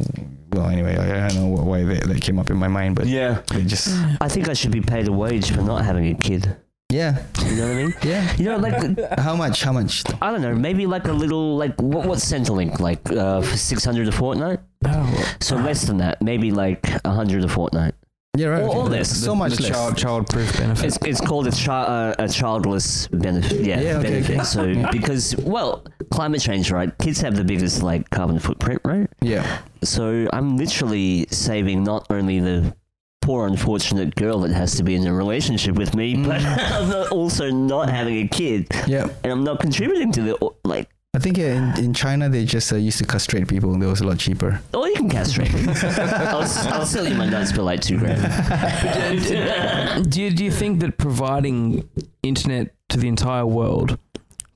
S2: well, anyway, I, I don't know why that, that came up in my mind, but
S3: Yeah.
S2: it just...
S3: I think I should be paid a wage for not having a kid.
S2: Yeah,
S3: You know what I mean?
S2: yeah.
S3: You know, like
S2: How much? How much?
S3: I don't know, maybe like a little like what what's Centrelink like uh, six hundred a fortnight?
S4: Oh,
S3: So less than that, maybe like hundred a fortnight.
S2: Yeah, right.
S3: All- all
S2: okay.
S3: this.
S2: So much less.
S4: Child, childproof benefit.
S3: It's, it's called a, chi- uh, a childless benefit. Yeah,
S2: Yeah, okay,
S3: benefit.
S2: okay.
S3: So because well, climate change, right? Kids have the biggest like carbon footprint, right?
S2: Yeah.
S3: So I'm literally saving not only the poor unfortunate girl that has to be in a relationship with me, but I'm
S2: Mm.
S3: not, also not having a kid,
S2: Yeah.
S3: and I'm not contributing to the like.
S2: I think yeah, in, in China they just uh, used to castrate people and that was a lot cheaper.
S3: Oh, you can castrate. me. I'll, s- I'll sell you my nuts for like two grand.
S4: do you, do you think that providing internet to the entire world,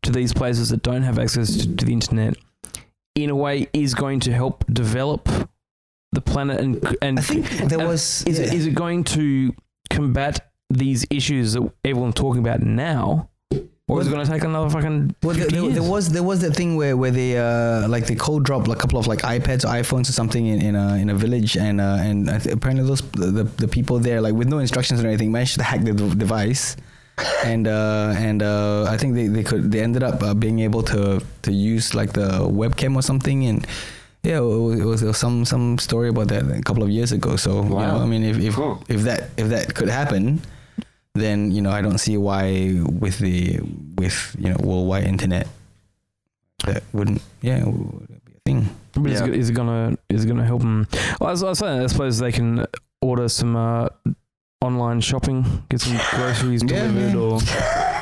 S4: to these places that don't have access to, to the internet, in a way is going to help develop the planet and and
S2: I think there
S4: Uh,
S2: was.
S4: is it
S2: yeah.
S4: is it going to combat these issues that everyone's talking about now, or is it
S2: Well-
S4: going to take another fucking?
S2: Well, there,
S4: 50
S2: there, there
S4: years?
S2: was there was that thing where where they uh, like they cold dropped a couple of like iPads or iPhones or something in, in a in a village and uh, and I th- apparently those the, the people there like with no instructions or anything managed to hack the d- device and uh, and uh, I think they, they could they ended up uh, being able to to use like the webcam or something and yeah it was, it was, there was some some story about that a couple of years ago so you know, I mean if if,
S5: Cool.
S2: if that if that could happen then you know I don't see why with the with you know worldwide internet that wouldn't yeah would be a thing.
S4: But is,
S5: Yeah.
S4: it, is it gonna is it gonna help them? Well, I was, I was saying, I suppose they can order some uh, online shopping, get some groceries
S2: Yeah,
S4: delivered,
S2: yeah.
S4: or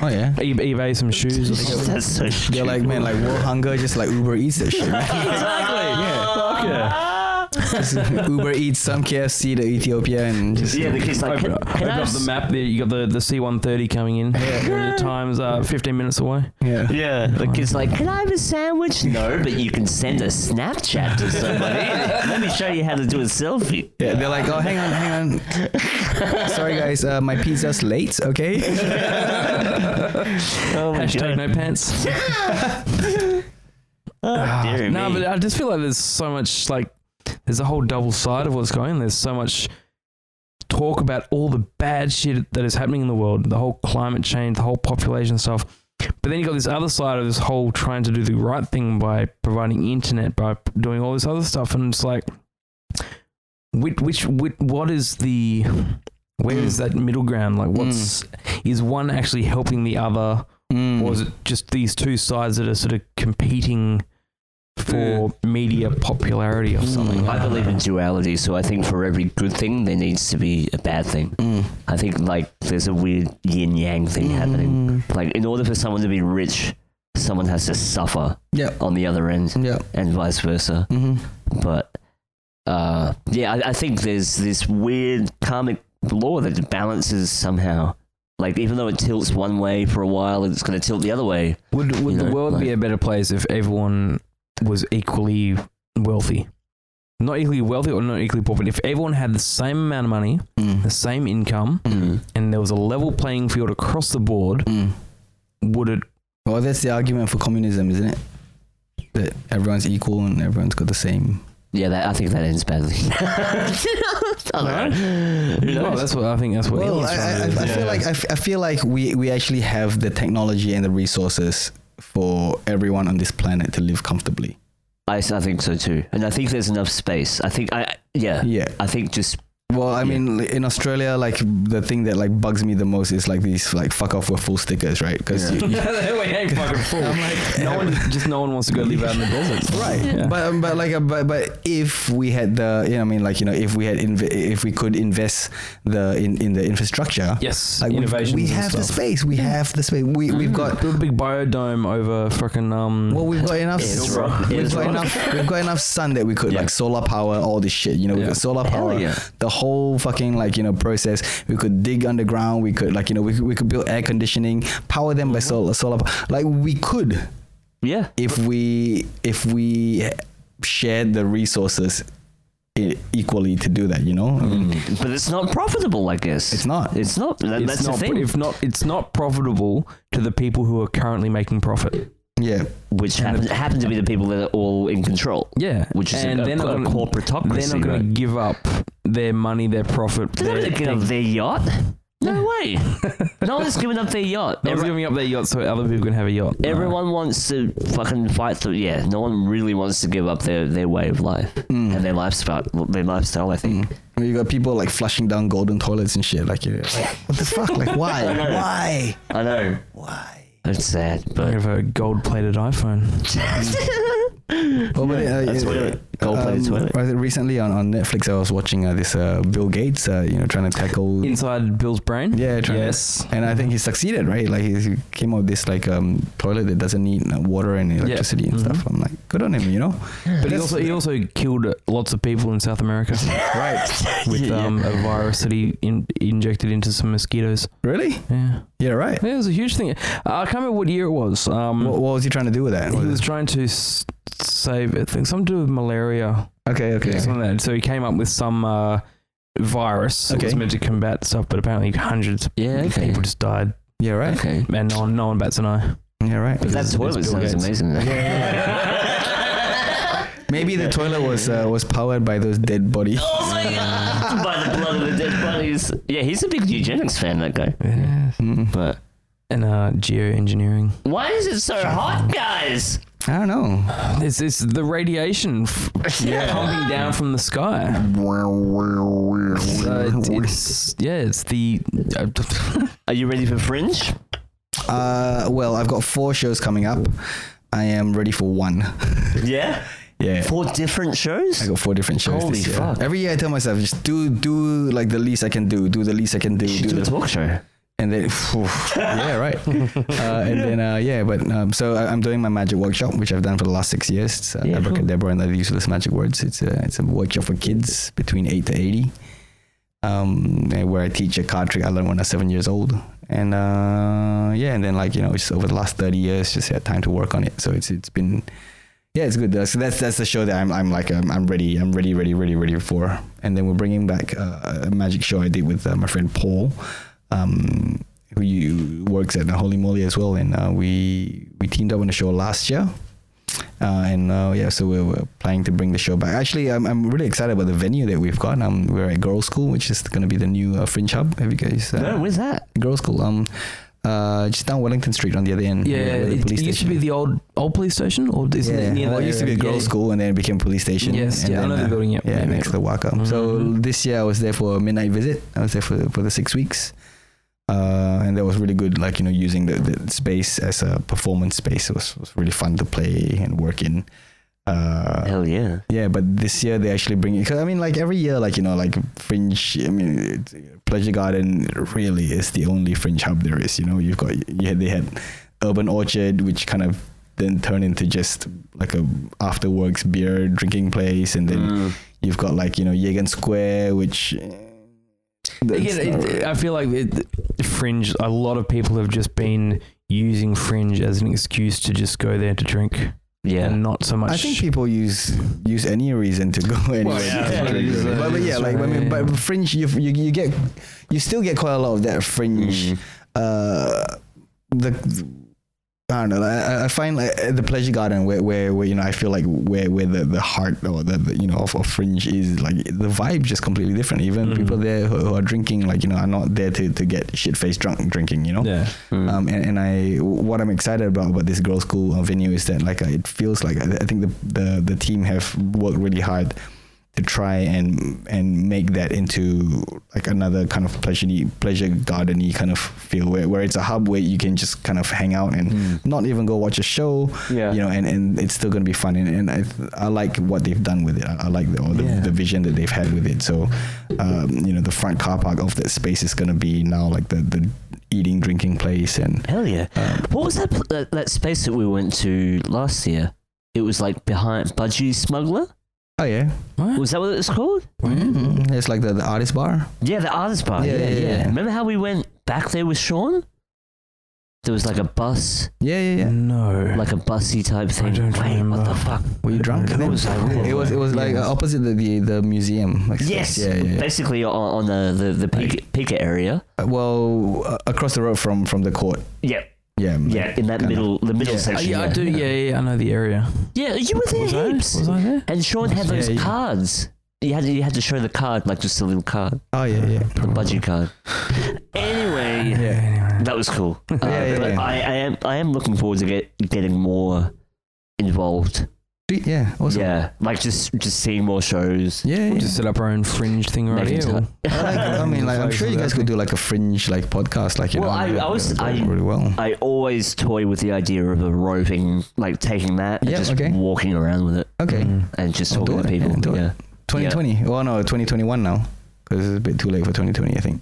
S2: Oh yeah.
S4: e- eBay some shoes. Or something.
S3: That's so.
S2: They're like man like world hunger just like Uber eats that shit.
S4: Fuck yeah.
S2: Just Uber eats some KFC to Ethiopia and just
S3: Yeah, the kid's like, can,
S4: Open, up-
S3: can
S4: open
S3: I
S4: up
S3: have
S4: the
S3: s-
S4: map there. You got the, the C130 coming in. Yeah. The time's uh, 15 minutes away.
S2: yeah.
S3: Yeah, the kid's like, can I have a sandwich? No, but you can send a Snapchat to somebody. Let me show you how to do a selfie.
S2: Yeah, they're like, oh, hang on, hang on. Sorry, guys, uh, my pizza's late. Okay.
S3: Oh my
S4: Hashtag
S3: god.
S4: no pants.
S3: Oh, dear
S4: No,
S3: me.
S4: Ah, but uh, I just feel like there's so much like there's a whole double side of what's going. on. There's so much talk about all the bad shit that is happening in the world, the whole climate change, the whole population stuff. But then you got this other side of this whole trying to do the right thing by providing internet, by p- doing all this other stuff, and it's like, which, which, which what is the, where
S3: Mm.
S4: is that middle ground? Like, what's is one actually helping the other? or
S2: Mm.
S4: is it just these two sides that are sort of competing for media popularity or something?
S3: I believe in duality, so I think for every good thing, there needs to be a bad thing. I think like there's a weird yin yang thing
S2: Mm.
S3: happening. Like in order for someone to be rich, someone has to suffer
S2: Yeah.
S3: on the other end,
S2: Mm. Yeah.
S3: and vice versa.
S2: Mm-hmm.
S3: But uh, yeah, I, I think there's this weird karmic law that balances somehow. Like even though it tilts one way for a while, it's going to tilt the other way.
S4: Would would
S3: You
S4: the
S3: know,
S4: world be
S3: like-
S4: a better place if everyone was equally wealthy? Not equally wealthy or not equally poor, but if everyone had the same amount of money,
S2: Mm.
S4: the same income, and there was a level playing field across the board, would it?
S2: Mm. Well, that's the argument for communism, isn't it? That everyone's equal and everyone's got the same
S3: Yeah, that, I think that ends badly. I don't know. Who
S4: Well,
S3: knows?
S4: that's what I think. That's what.
S2: Well,
S4: Elon's
S2: I, I,
S4: trying to do.
S2: I I feel like I, f- I feel like we, we actually have the technology and the resources for everyone on this planet to live comfortably.
S3: I, I think so too, and I think there's enough space. I think I yeah.
S2: Yeah.
S3: I think just
S2: Well, I mean, li- in Australia, like the thing that like bugs me the most is like these like fuck off with full stickers, right? Because
S4: yeah, we ain't fucking fool. I'm like, no one, just no one wants to go live out in the desert,
S2: right
S4: Yeah.
S2: but um, but like uh, but but if we had the you know i mean like you know if we had inv- if we could invest the in in the infrastructure
S4: yes,
S2: like we've-
S4: innovations.
S2: we
S4: and
S2: have the
S4: stuff.
S2: space we have the space we
S3: Mm.
S2: we've got
S4: Build a big biodome over fucking um.
S2: well, we've got enough.
S3: It's
S2: s-
S3: rock.
S2: We've
S3: It's
S2: got
S3: rock.
S2: enough. We've got enough sun that we could
S3: Yeah.
S2: like solar power all this shit. You know, we've
S4: Yeah.
S2: got solar
S3: Hell
S2: power.
S3: yeah.
S2: The whole fucking like you know process. We could dig underground. We could like you know we could, we could build air conditioning. Power them
S3: Mm-hmm.
S2: by solar solar. pow- Like we could
S3: yeah.
S2: if we if we shared the resources e- equally to do that, you know, I mean,
S3: But it's not profitable, I
S4: Mm.
S3: guess.
S2: Mm. it's not.
S3: It's not. That,
S4: It's
S3: that's
S4: not,
S3: the thing.
S4: If not, it's not profitable to the people who are currently making profit.
S2: yeah,
S3: which happen, happen to be the people that are all in control.
S4: Yeah,
S3: Which is a-
S4: and
S3: a-
S4: they're not
S3: a
S4: gonna,
S3: corporatocracy,
S4: They're not going
S3: right?
S4: to give up their money, their profit.
S3: They're
S4: their
S3: not going to give up
S4: thing.
S3: their yacht. No way. no one's giving up their yacht.
S4: No one's
S3: Every-
S4: giving up their yacht so other people can have a yacht. No.
S3: everyone wants to fucking fight through. Yeah, no one really wants to give up their, their way of life
S4: Mm.
S3: and their lifestyle. Their lifestyle, I think.
S2: I mean, you got people like flushing down golden toilets and shit. Like, you know, like what the fuck? Like, why? why?
S3: I know.
S2: Why?
S3: It's sad,
S4: I
S3: but
S4: have a gold-plated iPhone.
S2: Well, but, uh,
S3: that's
S2: uh,
S3: toilet. Gold-plated toilet.
S2: right, Recently on, on Netflix, I was watching uh, this uh, Bill Gates, uh, you know, trying to tackle.
S4: Inside Bill's brain.
S2: yeah, trying
S4: Yes.
S2: To, and I think he succeeded, right? Like he he came up with this like um, toilet that doesn't need uh, water and electricity and stuff. I'm like, good on him, you know.
S4: Mm-hmm. But he
S2: That's-
S4: also he also killed lots of people in South America
S2: right,
S4: with um, a virus that he in, injected into some mosquitoes.
S2: really?
S4: Yeah.
S2: Yeah, right.
S4: Yeah, it was a huge thing. I can't remember what year it was. Um,
S2: What, what was he trying to do with that?
S4: he
S2: Was
S4: was
S2: it-
S4: trying to s- save I think something to do with malaria.
S2: okay, okay.
S4: Something like that. So he came up with some uh, virus that was
S2: Okay.
S4: meant to combat stuff, but apparently hundreds of
S3: Yeah, okay.
S4: people just died,
S2: Yeah, right.
S3: Okay.
S4: and no one, no one bats an eye.
S2: Yeah, right.
S3: But that
S4: It's-
S3: toilet
S4: it's Bill
S3: sounds
S4: Gates.
S3: amazing. though.
S2: Maybe the toilet was uh, was powered by those dead bodies.
S3: Oh my god! By the blood of the dead bodies. Yeah, he's a big eugenics fan, that guy.
S4: Yeah.
S2: Mm.
S3: But
S4: And uh, geoengineering.
S3: why is it so hot, guys?
S2: I don't know.
S4: It's, it's the radiation f- pumping down from the sky. So it's, it's yeah, it's the uh,
S3: Are you ready for Fringe?
S2: Uh, well, I've got four shows coming up. I am ready for one.
S3: Yeah.
S2: Yeah.
S3: Four different
S2: I
S3: shows.
S2: got four different shows
S3: Holy
S2: this year.
S3: fuck.
S2: Every year I tell myself, just do do like the least I can do, do the least I can do,
S3: You should
S2: do
S3: do a
S2: the
S3: talk show.
S2: and then yeah right uh, and then uh, yeah but um, so I- I'm doing my magic workshop which I've done for the last six years it's uh,
S3: Yeah, cool.
S2: abracadabra and other useless magic words it's a, it's a workshop for kids between 8 to 80 um, and where I teach a card trick I learned when I was 7 years old and uh, yeah and then like you know just over the last 30 years just had time to work on it so it's it's been yeah, it's good. So that's that's the show that I'm I'm like um, I'm ready I'm ready ready ready ready for. And then we're bringing back uh, a magic show I did with uh, my friend Paul, um, who you, works at Holy Moly as well. And uh, we we teamed up on a show last year. Uh, and uh, yeah, so we're, we're planning to bring the show back. Actually, I'm, I'm really excited about the venue that we've got. Um, we're at Girls School, which is going to be the new uh, Fringe Hub. Have you guys? Uh,
S3: No, where's that?
S2: Girls School. Um, uh, just down Wellington Street on the other end.
S4: yeah.
S2: where the
S4: It,
S2: police
S4: it used to
S2: station
S4: be
S2: is.
S4: the old old police station, or isn't
S2: Yeah,
S4: it near
S2: well,
S4: that
S2: it used to be a
S4: area?
S2: girls'
S4: Yeah.
S2: school, and then it became police station.
S4: Yes,
S2: and
S4: yeah, I
S2: then, uh,
S4: know the building, yeah.
S2: yeah,
S4: Yeah,
S2: next
S4: yeah.
S2: to Waka. So this year I was there for a midnight visit. I was there for for the six weeks, uh, and that was really good. Like you know, using the, the space as a performance space it was was really fun to play and work in. Uh,
S3: Hell yeah.
S2: yeah, but this year they actually bring it. Cause I mean, like every year, like you know, like Fringe. I mean, it's- Pleasure Garden really is the only Fringe hub there is. You know, you've got yeah, they had Urban Orchard, which kind of then turned into just like a after works beer drinking place, and
S4: Mm.
S2: then
S3: Mm.
S2: you've got like you know Yegan Square, which. eh, that's
S4: Again,
S2: not-
S4: it, uh, I feel like it, Fringe. A lot of people have just been using Fringe as an excuse to just go there to drink,
S3: Yeah.
S4: and not so much.
S2: I think people use use any reason to go anywhere.
S4: yeah,
S2: to
S4: yeah,
S2: drink,
S4: it's,
S2: really.
S4: uh,
S2: but, but yeah,
S4: it's
S2: like I mean,
S4: right.
S2: but fringe, you, you you get
S3: Mm-hmm.
S2: you still get quite a lot of that fringe. Uh, the I don't know. I, I find like, uh, the pleasure garden where, where, where you know I feel like where where the, the heart or the, the you know of, of fringe is like the vibe just completely different. Even people there who, who are drinking like you know are not there to, to get shit faced drunk drinking. You know.
S4: Yeah.
S3: Mm.
S2: Um, and, and I what I'm excited about about this girls' school uh, venue is that like uh, it feels like I, I think the, the the team have worked really hard to try and and make that into like another kind of pleasure pleasure gardeny kind of feel where, where it's a hub where you can just kind of hang out and not even go watch a show
S5: Yeah.
S2: you know and, and it's still going to be fun and, and I, I like what they've done with it I, I like the, or the,
S4: Yeah.
S2: the vision that they've had with it so um, you know the front car park of that space is going to be now like the, the eating drinking place and um,
S3: Hell yeah! What was that, pl- that that space that we went to last year? It was like behind Budgie Smuggler.
S2: oh yeah
S3: Was that what it was called?
S4: Mm-hmm.
S3: Mm.
S2: Mhm. it's like the, the artist bar
S3: Yeah, the artist bar.
S2: Yeah,
S3: Yeah yeah,
S2: yeah, yeah.
S3: Remember how we went back there with Sean? There was like a bus,
S2: yeah yeah yeah
S4: No.
S3: like a bussy type thing.
S4: don't
S3: Wait,
S4: remember.
S3: what the fuck?
S2: were you drunk
S4: It
S2: then?
S3: was like-
S2: it was it was like uh,
S4: Yeah.
S2: opposite the, the the museum like
S3: Mm. Yes,
S2: yeah, yeah, yeah.
S3: basically on, on the the, the Pika, Pika area.
S2: Uh, well uh, across the road from from the court
S3: Yeah,
S2: yeah
S3: yeah, in that
S2: Kinda.
S3: middle the middle
S2: Yeah.
S4: Oh,
S3: section.
S4: yeah, I do. Yeah, yeah, I know the area.
S3: Yeah, you were there
S4: Was I?
S3: heaps.
S4: Was I there?
S3: And Sean had
S2: Yeah,
S3: those
S2: yeah.
S3: cards. You had you had to show the card, like just a little card,
S2: oh yeah yeah
S3: the budgie card. Anyway,
S2: yeah
S4: Anyway.
S3: that was cool. Uh,
S2: Yeah, yeah,
S3: but
S2: yeah.
S3: I, I am I am looking forward to get getting more involved.
S2: Sweet, yeah awesome
S3: Yeah, like just just seeing more shows.
S2: yeah,
S4: We'll
S2: yeah.
S4: just set up our own fringe thing right
S3: Making
S4: here.
S3: time.
S2: I, like, I mean, like, I'm sure you guys could do like a fringe like podcast, like you
S3: Well,
S2: know,
S3: I-
S2: like,
S3: I was-
S2: uh,
S3: I-
S2: really well.
S3: I always toy with the idea of a roving, like taking that and
S2: Yeah,
S3: just
S2: okay.
S3: walking around with it Mm.
S2: Okay,
S3: and just
S2: Well,
S3: talking
S2: do
S3: to
S2: it,
S3: people.
S2: yeah, do it.
S3: yeah.
S2: 2020. Well, no, 2021 now because it's a bit too late for 2020, I think.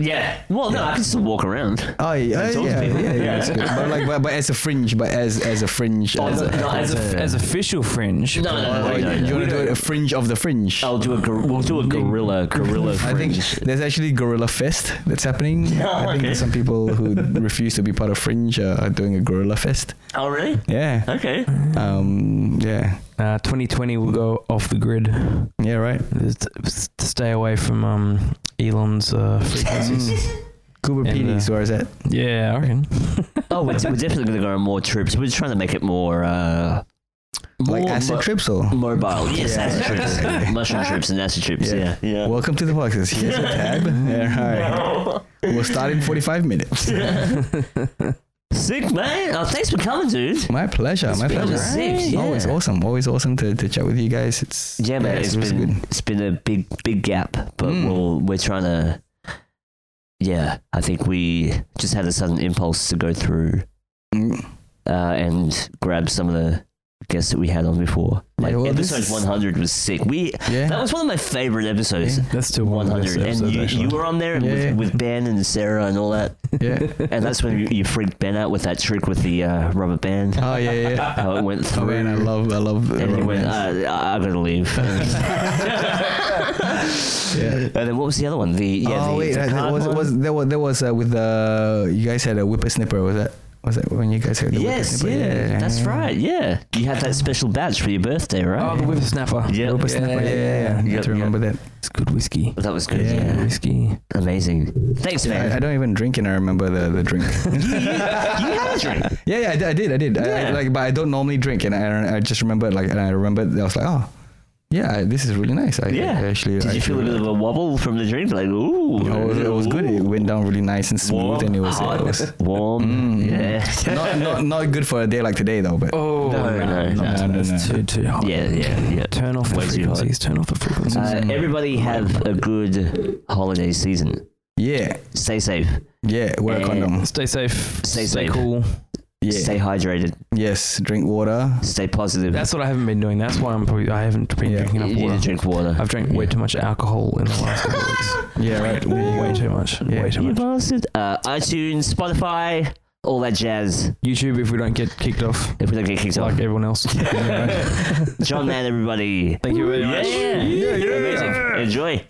S3: yeah. Well, no, I can still walk around.
S2: Oh yeah,
S3: It's
S2: yeah,
S3: all
S2: yeah,
S3: people.
S2: yeah,
S3: Yeah.
S2: that's good. But like, but, but as a fringe, but as as a fringe,
S3: Oh,
S2: as
S3: no,
S2: a,
S3: no,
S4: As,
S3: Yeah.
S4: a, as official fringe.
S3: No, no, no,
S2: or
S3: no, no,
S2: you
S3: no.
S2: want to do it a fringe of the fringe.
S3: I'll do a gor- we'll do a gorilla gorilla
S2: I think
S3: Oh, fringe.
S2: there's actually Gorilla Fest that's happening. I think
S3: okay.
S2: some people who refuse to be part of Fringe uh, are doing a Gorilla Fest.
S3: oh really?
S2: Yeah.
S3: Okay.
S2: Um, yeah.
S4: Uh, 2020 will go off the grid.
S2: Yeah, right.
S4: Just- just Stay away from um, Elon's uh, frequencies.
S2: Cooper
S4: And,
S2: Mm. Petey,
S4: uh,
S2: where is that?
S4: yeah, I reckon.
S3: Oh, we're, we're definitely going to go on more trips. We're trying to make it more, uh, more
S2: Like acid
S3: mo-
S2: trips or?
S3: mobile. Yes,
S2: Yeah.
S3: acid trips, mushroom trips, and acid trips.
S2: Yeah.
S3: Yeah, yeah.
S2: Welcome to the boxes. Here's a tab. Yeah, all right. We'll start in 45 minutes.
S3: Sick man. Oh, thanks for coming, dude.
S2: My pleasure. my
S3: been
S2: pleasure.
S3: sick, yeah.
S2: Always awesome. Always awesome to, to chat with you guys. It's
S3: Yeah, man.
S2: it's
S3: it's
S2: always
S3: been
S2: good.
S3: it's been a big big gap, but
S2: Mm.
S3: we'll, we're trying to. Yeah, I think we just had a sudden impulse to go through
S2: Mm.
S3: uh, and grab some of the guests that we had on before. Like
S2: Yeah, well, this
S3: episode
S2: is-
S3: 100 was sick. We
S2: Yeah.
S3: that was one of my favorite episodes.
S4: That's still one of the
S3: 100
S4: best
S3: and
S4: episodes,
S3: you,
S4: actually.
S3: you were on there
S2: Yeah,
S3: with,
S2: yeah.
S3: with ben and sarah and all that
S2: yeah.
S3: and that's when you, you freaked ben out with that trick with the uh, rubber band
S2: Oh, yeah, yeah.
S3: how it went through
S2: Oh, man, I love, I love.
S3: and he went,
S2: romance.
S3: uh, I- I'm gonna leave.
S2: yeah.
S3: and then what was the other one? The uh, yeah,
S2: oh
S3: the,
S2: wait,
S3: the
S2: uh, that
S3: card
S2: was,
S3: one?
S2: was there was there was uh, with the you guys had a whippersnipper was that was that when you guys had the
S3: yes, yeah,
S2: whippersnipper?
S3: that's
S2: yeah.
S3: right. Yeah, you had that special badge for your birthday,
S4: Oh, the
S3: right?
S4: whippersnapper.
S3: Yeah.
S2: Whippersnapper, yeah, yeah, yeah.
S3: Yeah,
S2: I have to remember that.
S4: It's good whiskey.
S3: that was good.
S2: Oh. Yeah.
S3: Yeah.
S4: Whiskey.
S3: amazing. Thanks, man.
S2: I, I don't even drink, and I remember the, the drink.
S3: you had a drink.
S2: yeah, yeah, I did, I did, I did. I- I,
S3: Yeah.
S2: like, but I don't normally drink, and I, I just remember like, and I remember I was like, oh, yeah, I, this is really nice. I,
S3: Yeah.
S2: I actually,
S3: Did you feel a bit of a wobble from the drink? Like, ooh,
S2: It was, it was good. It went down really nice and smooth,
S3: Warm,
S2: and it was,
S3: hot,
S2: it was
S3: warm. yeah.
S2: not, not not good for a day like today though. But
S4: Oh,
S3: No, no, no,
S2: no, no.
S4: That's too, too hot.
S3: Yeah, yeah, yeah.
S4: Turn off the
S3: Way too hot.
S4: frequencies. Turn off the frequencies.
S3: Uh, everybody have a good holiday season.
S2: yeah,
S3: Stay safe.
S2: yeah, wear a
S3: Eh,
S2: condom.
S4: stay safe.
S3: Stay safe.
S4: cool.
S2: Yeah,
S3: Stay hydrated.
S2: yes, drink water.
S3: Stay positive.
S4: That's what I haven't been doing. That's why I'm probably I haven't been
S2: Yeah.
S3: you
S4: drinking enough
S3: need to
S4: water.
S3: drink water.
S4: I've drank way
S3: Yeah.
S4: too much alcohol in the last couple of weeks.
S2: Yeah, right.
S4: Way too much.
S2: Yeah.
S4: Way too
S3: You
S4: much.
S3: bastard. Uh, iTunes, Spotify, all that jazz.
S4: YouTube, if we don't get kicked off
S3: If we don't get kicked
S4: like
S3: off.
S4: everyone else.
S3: John Mann, everybody.
S4: Thank you very
S3: Yeah,
S4: much.
S3: yeah. Amazing. Enjoy.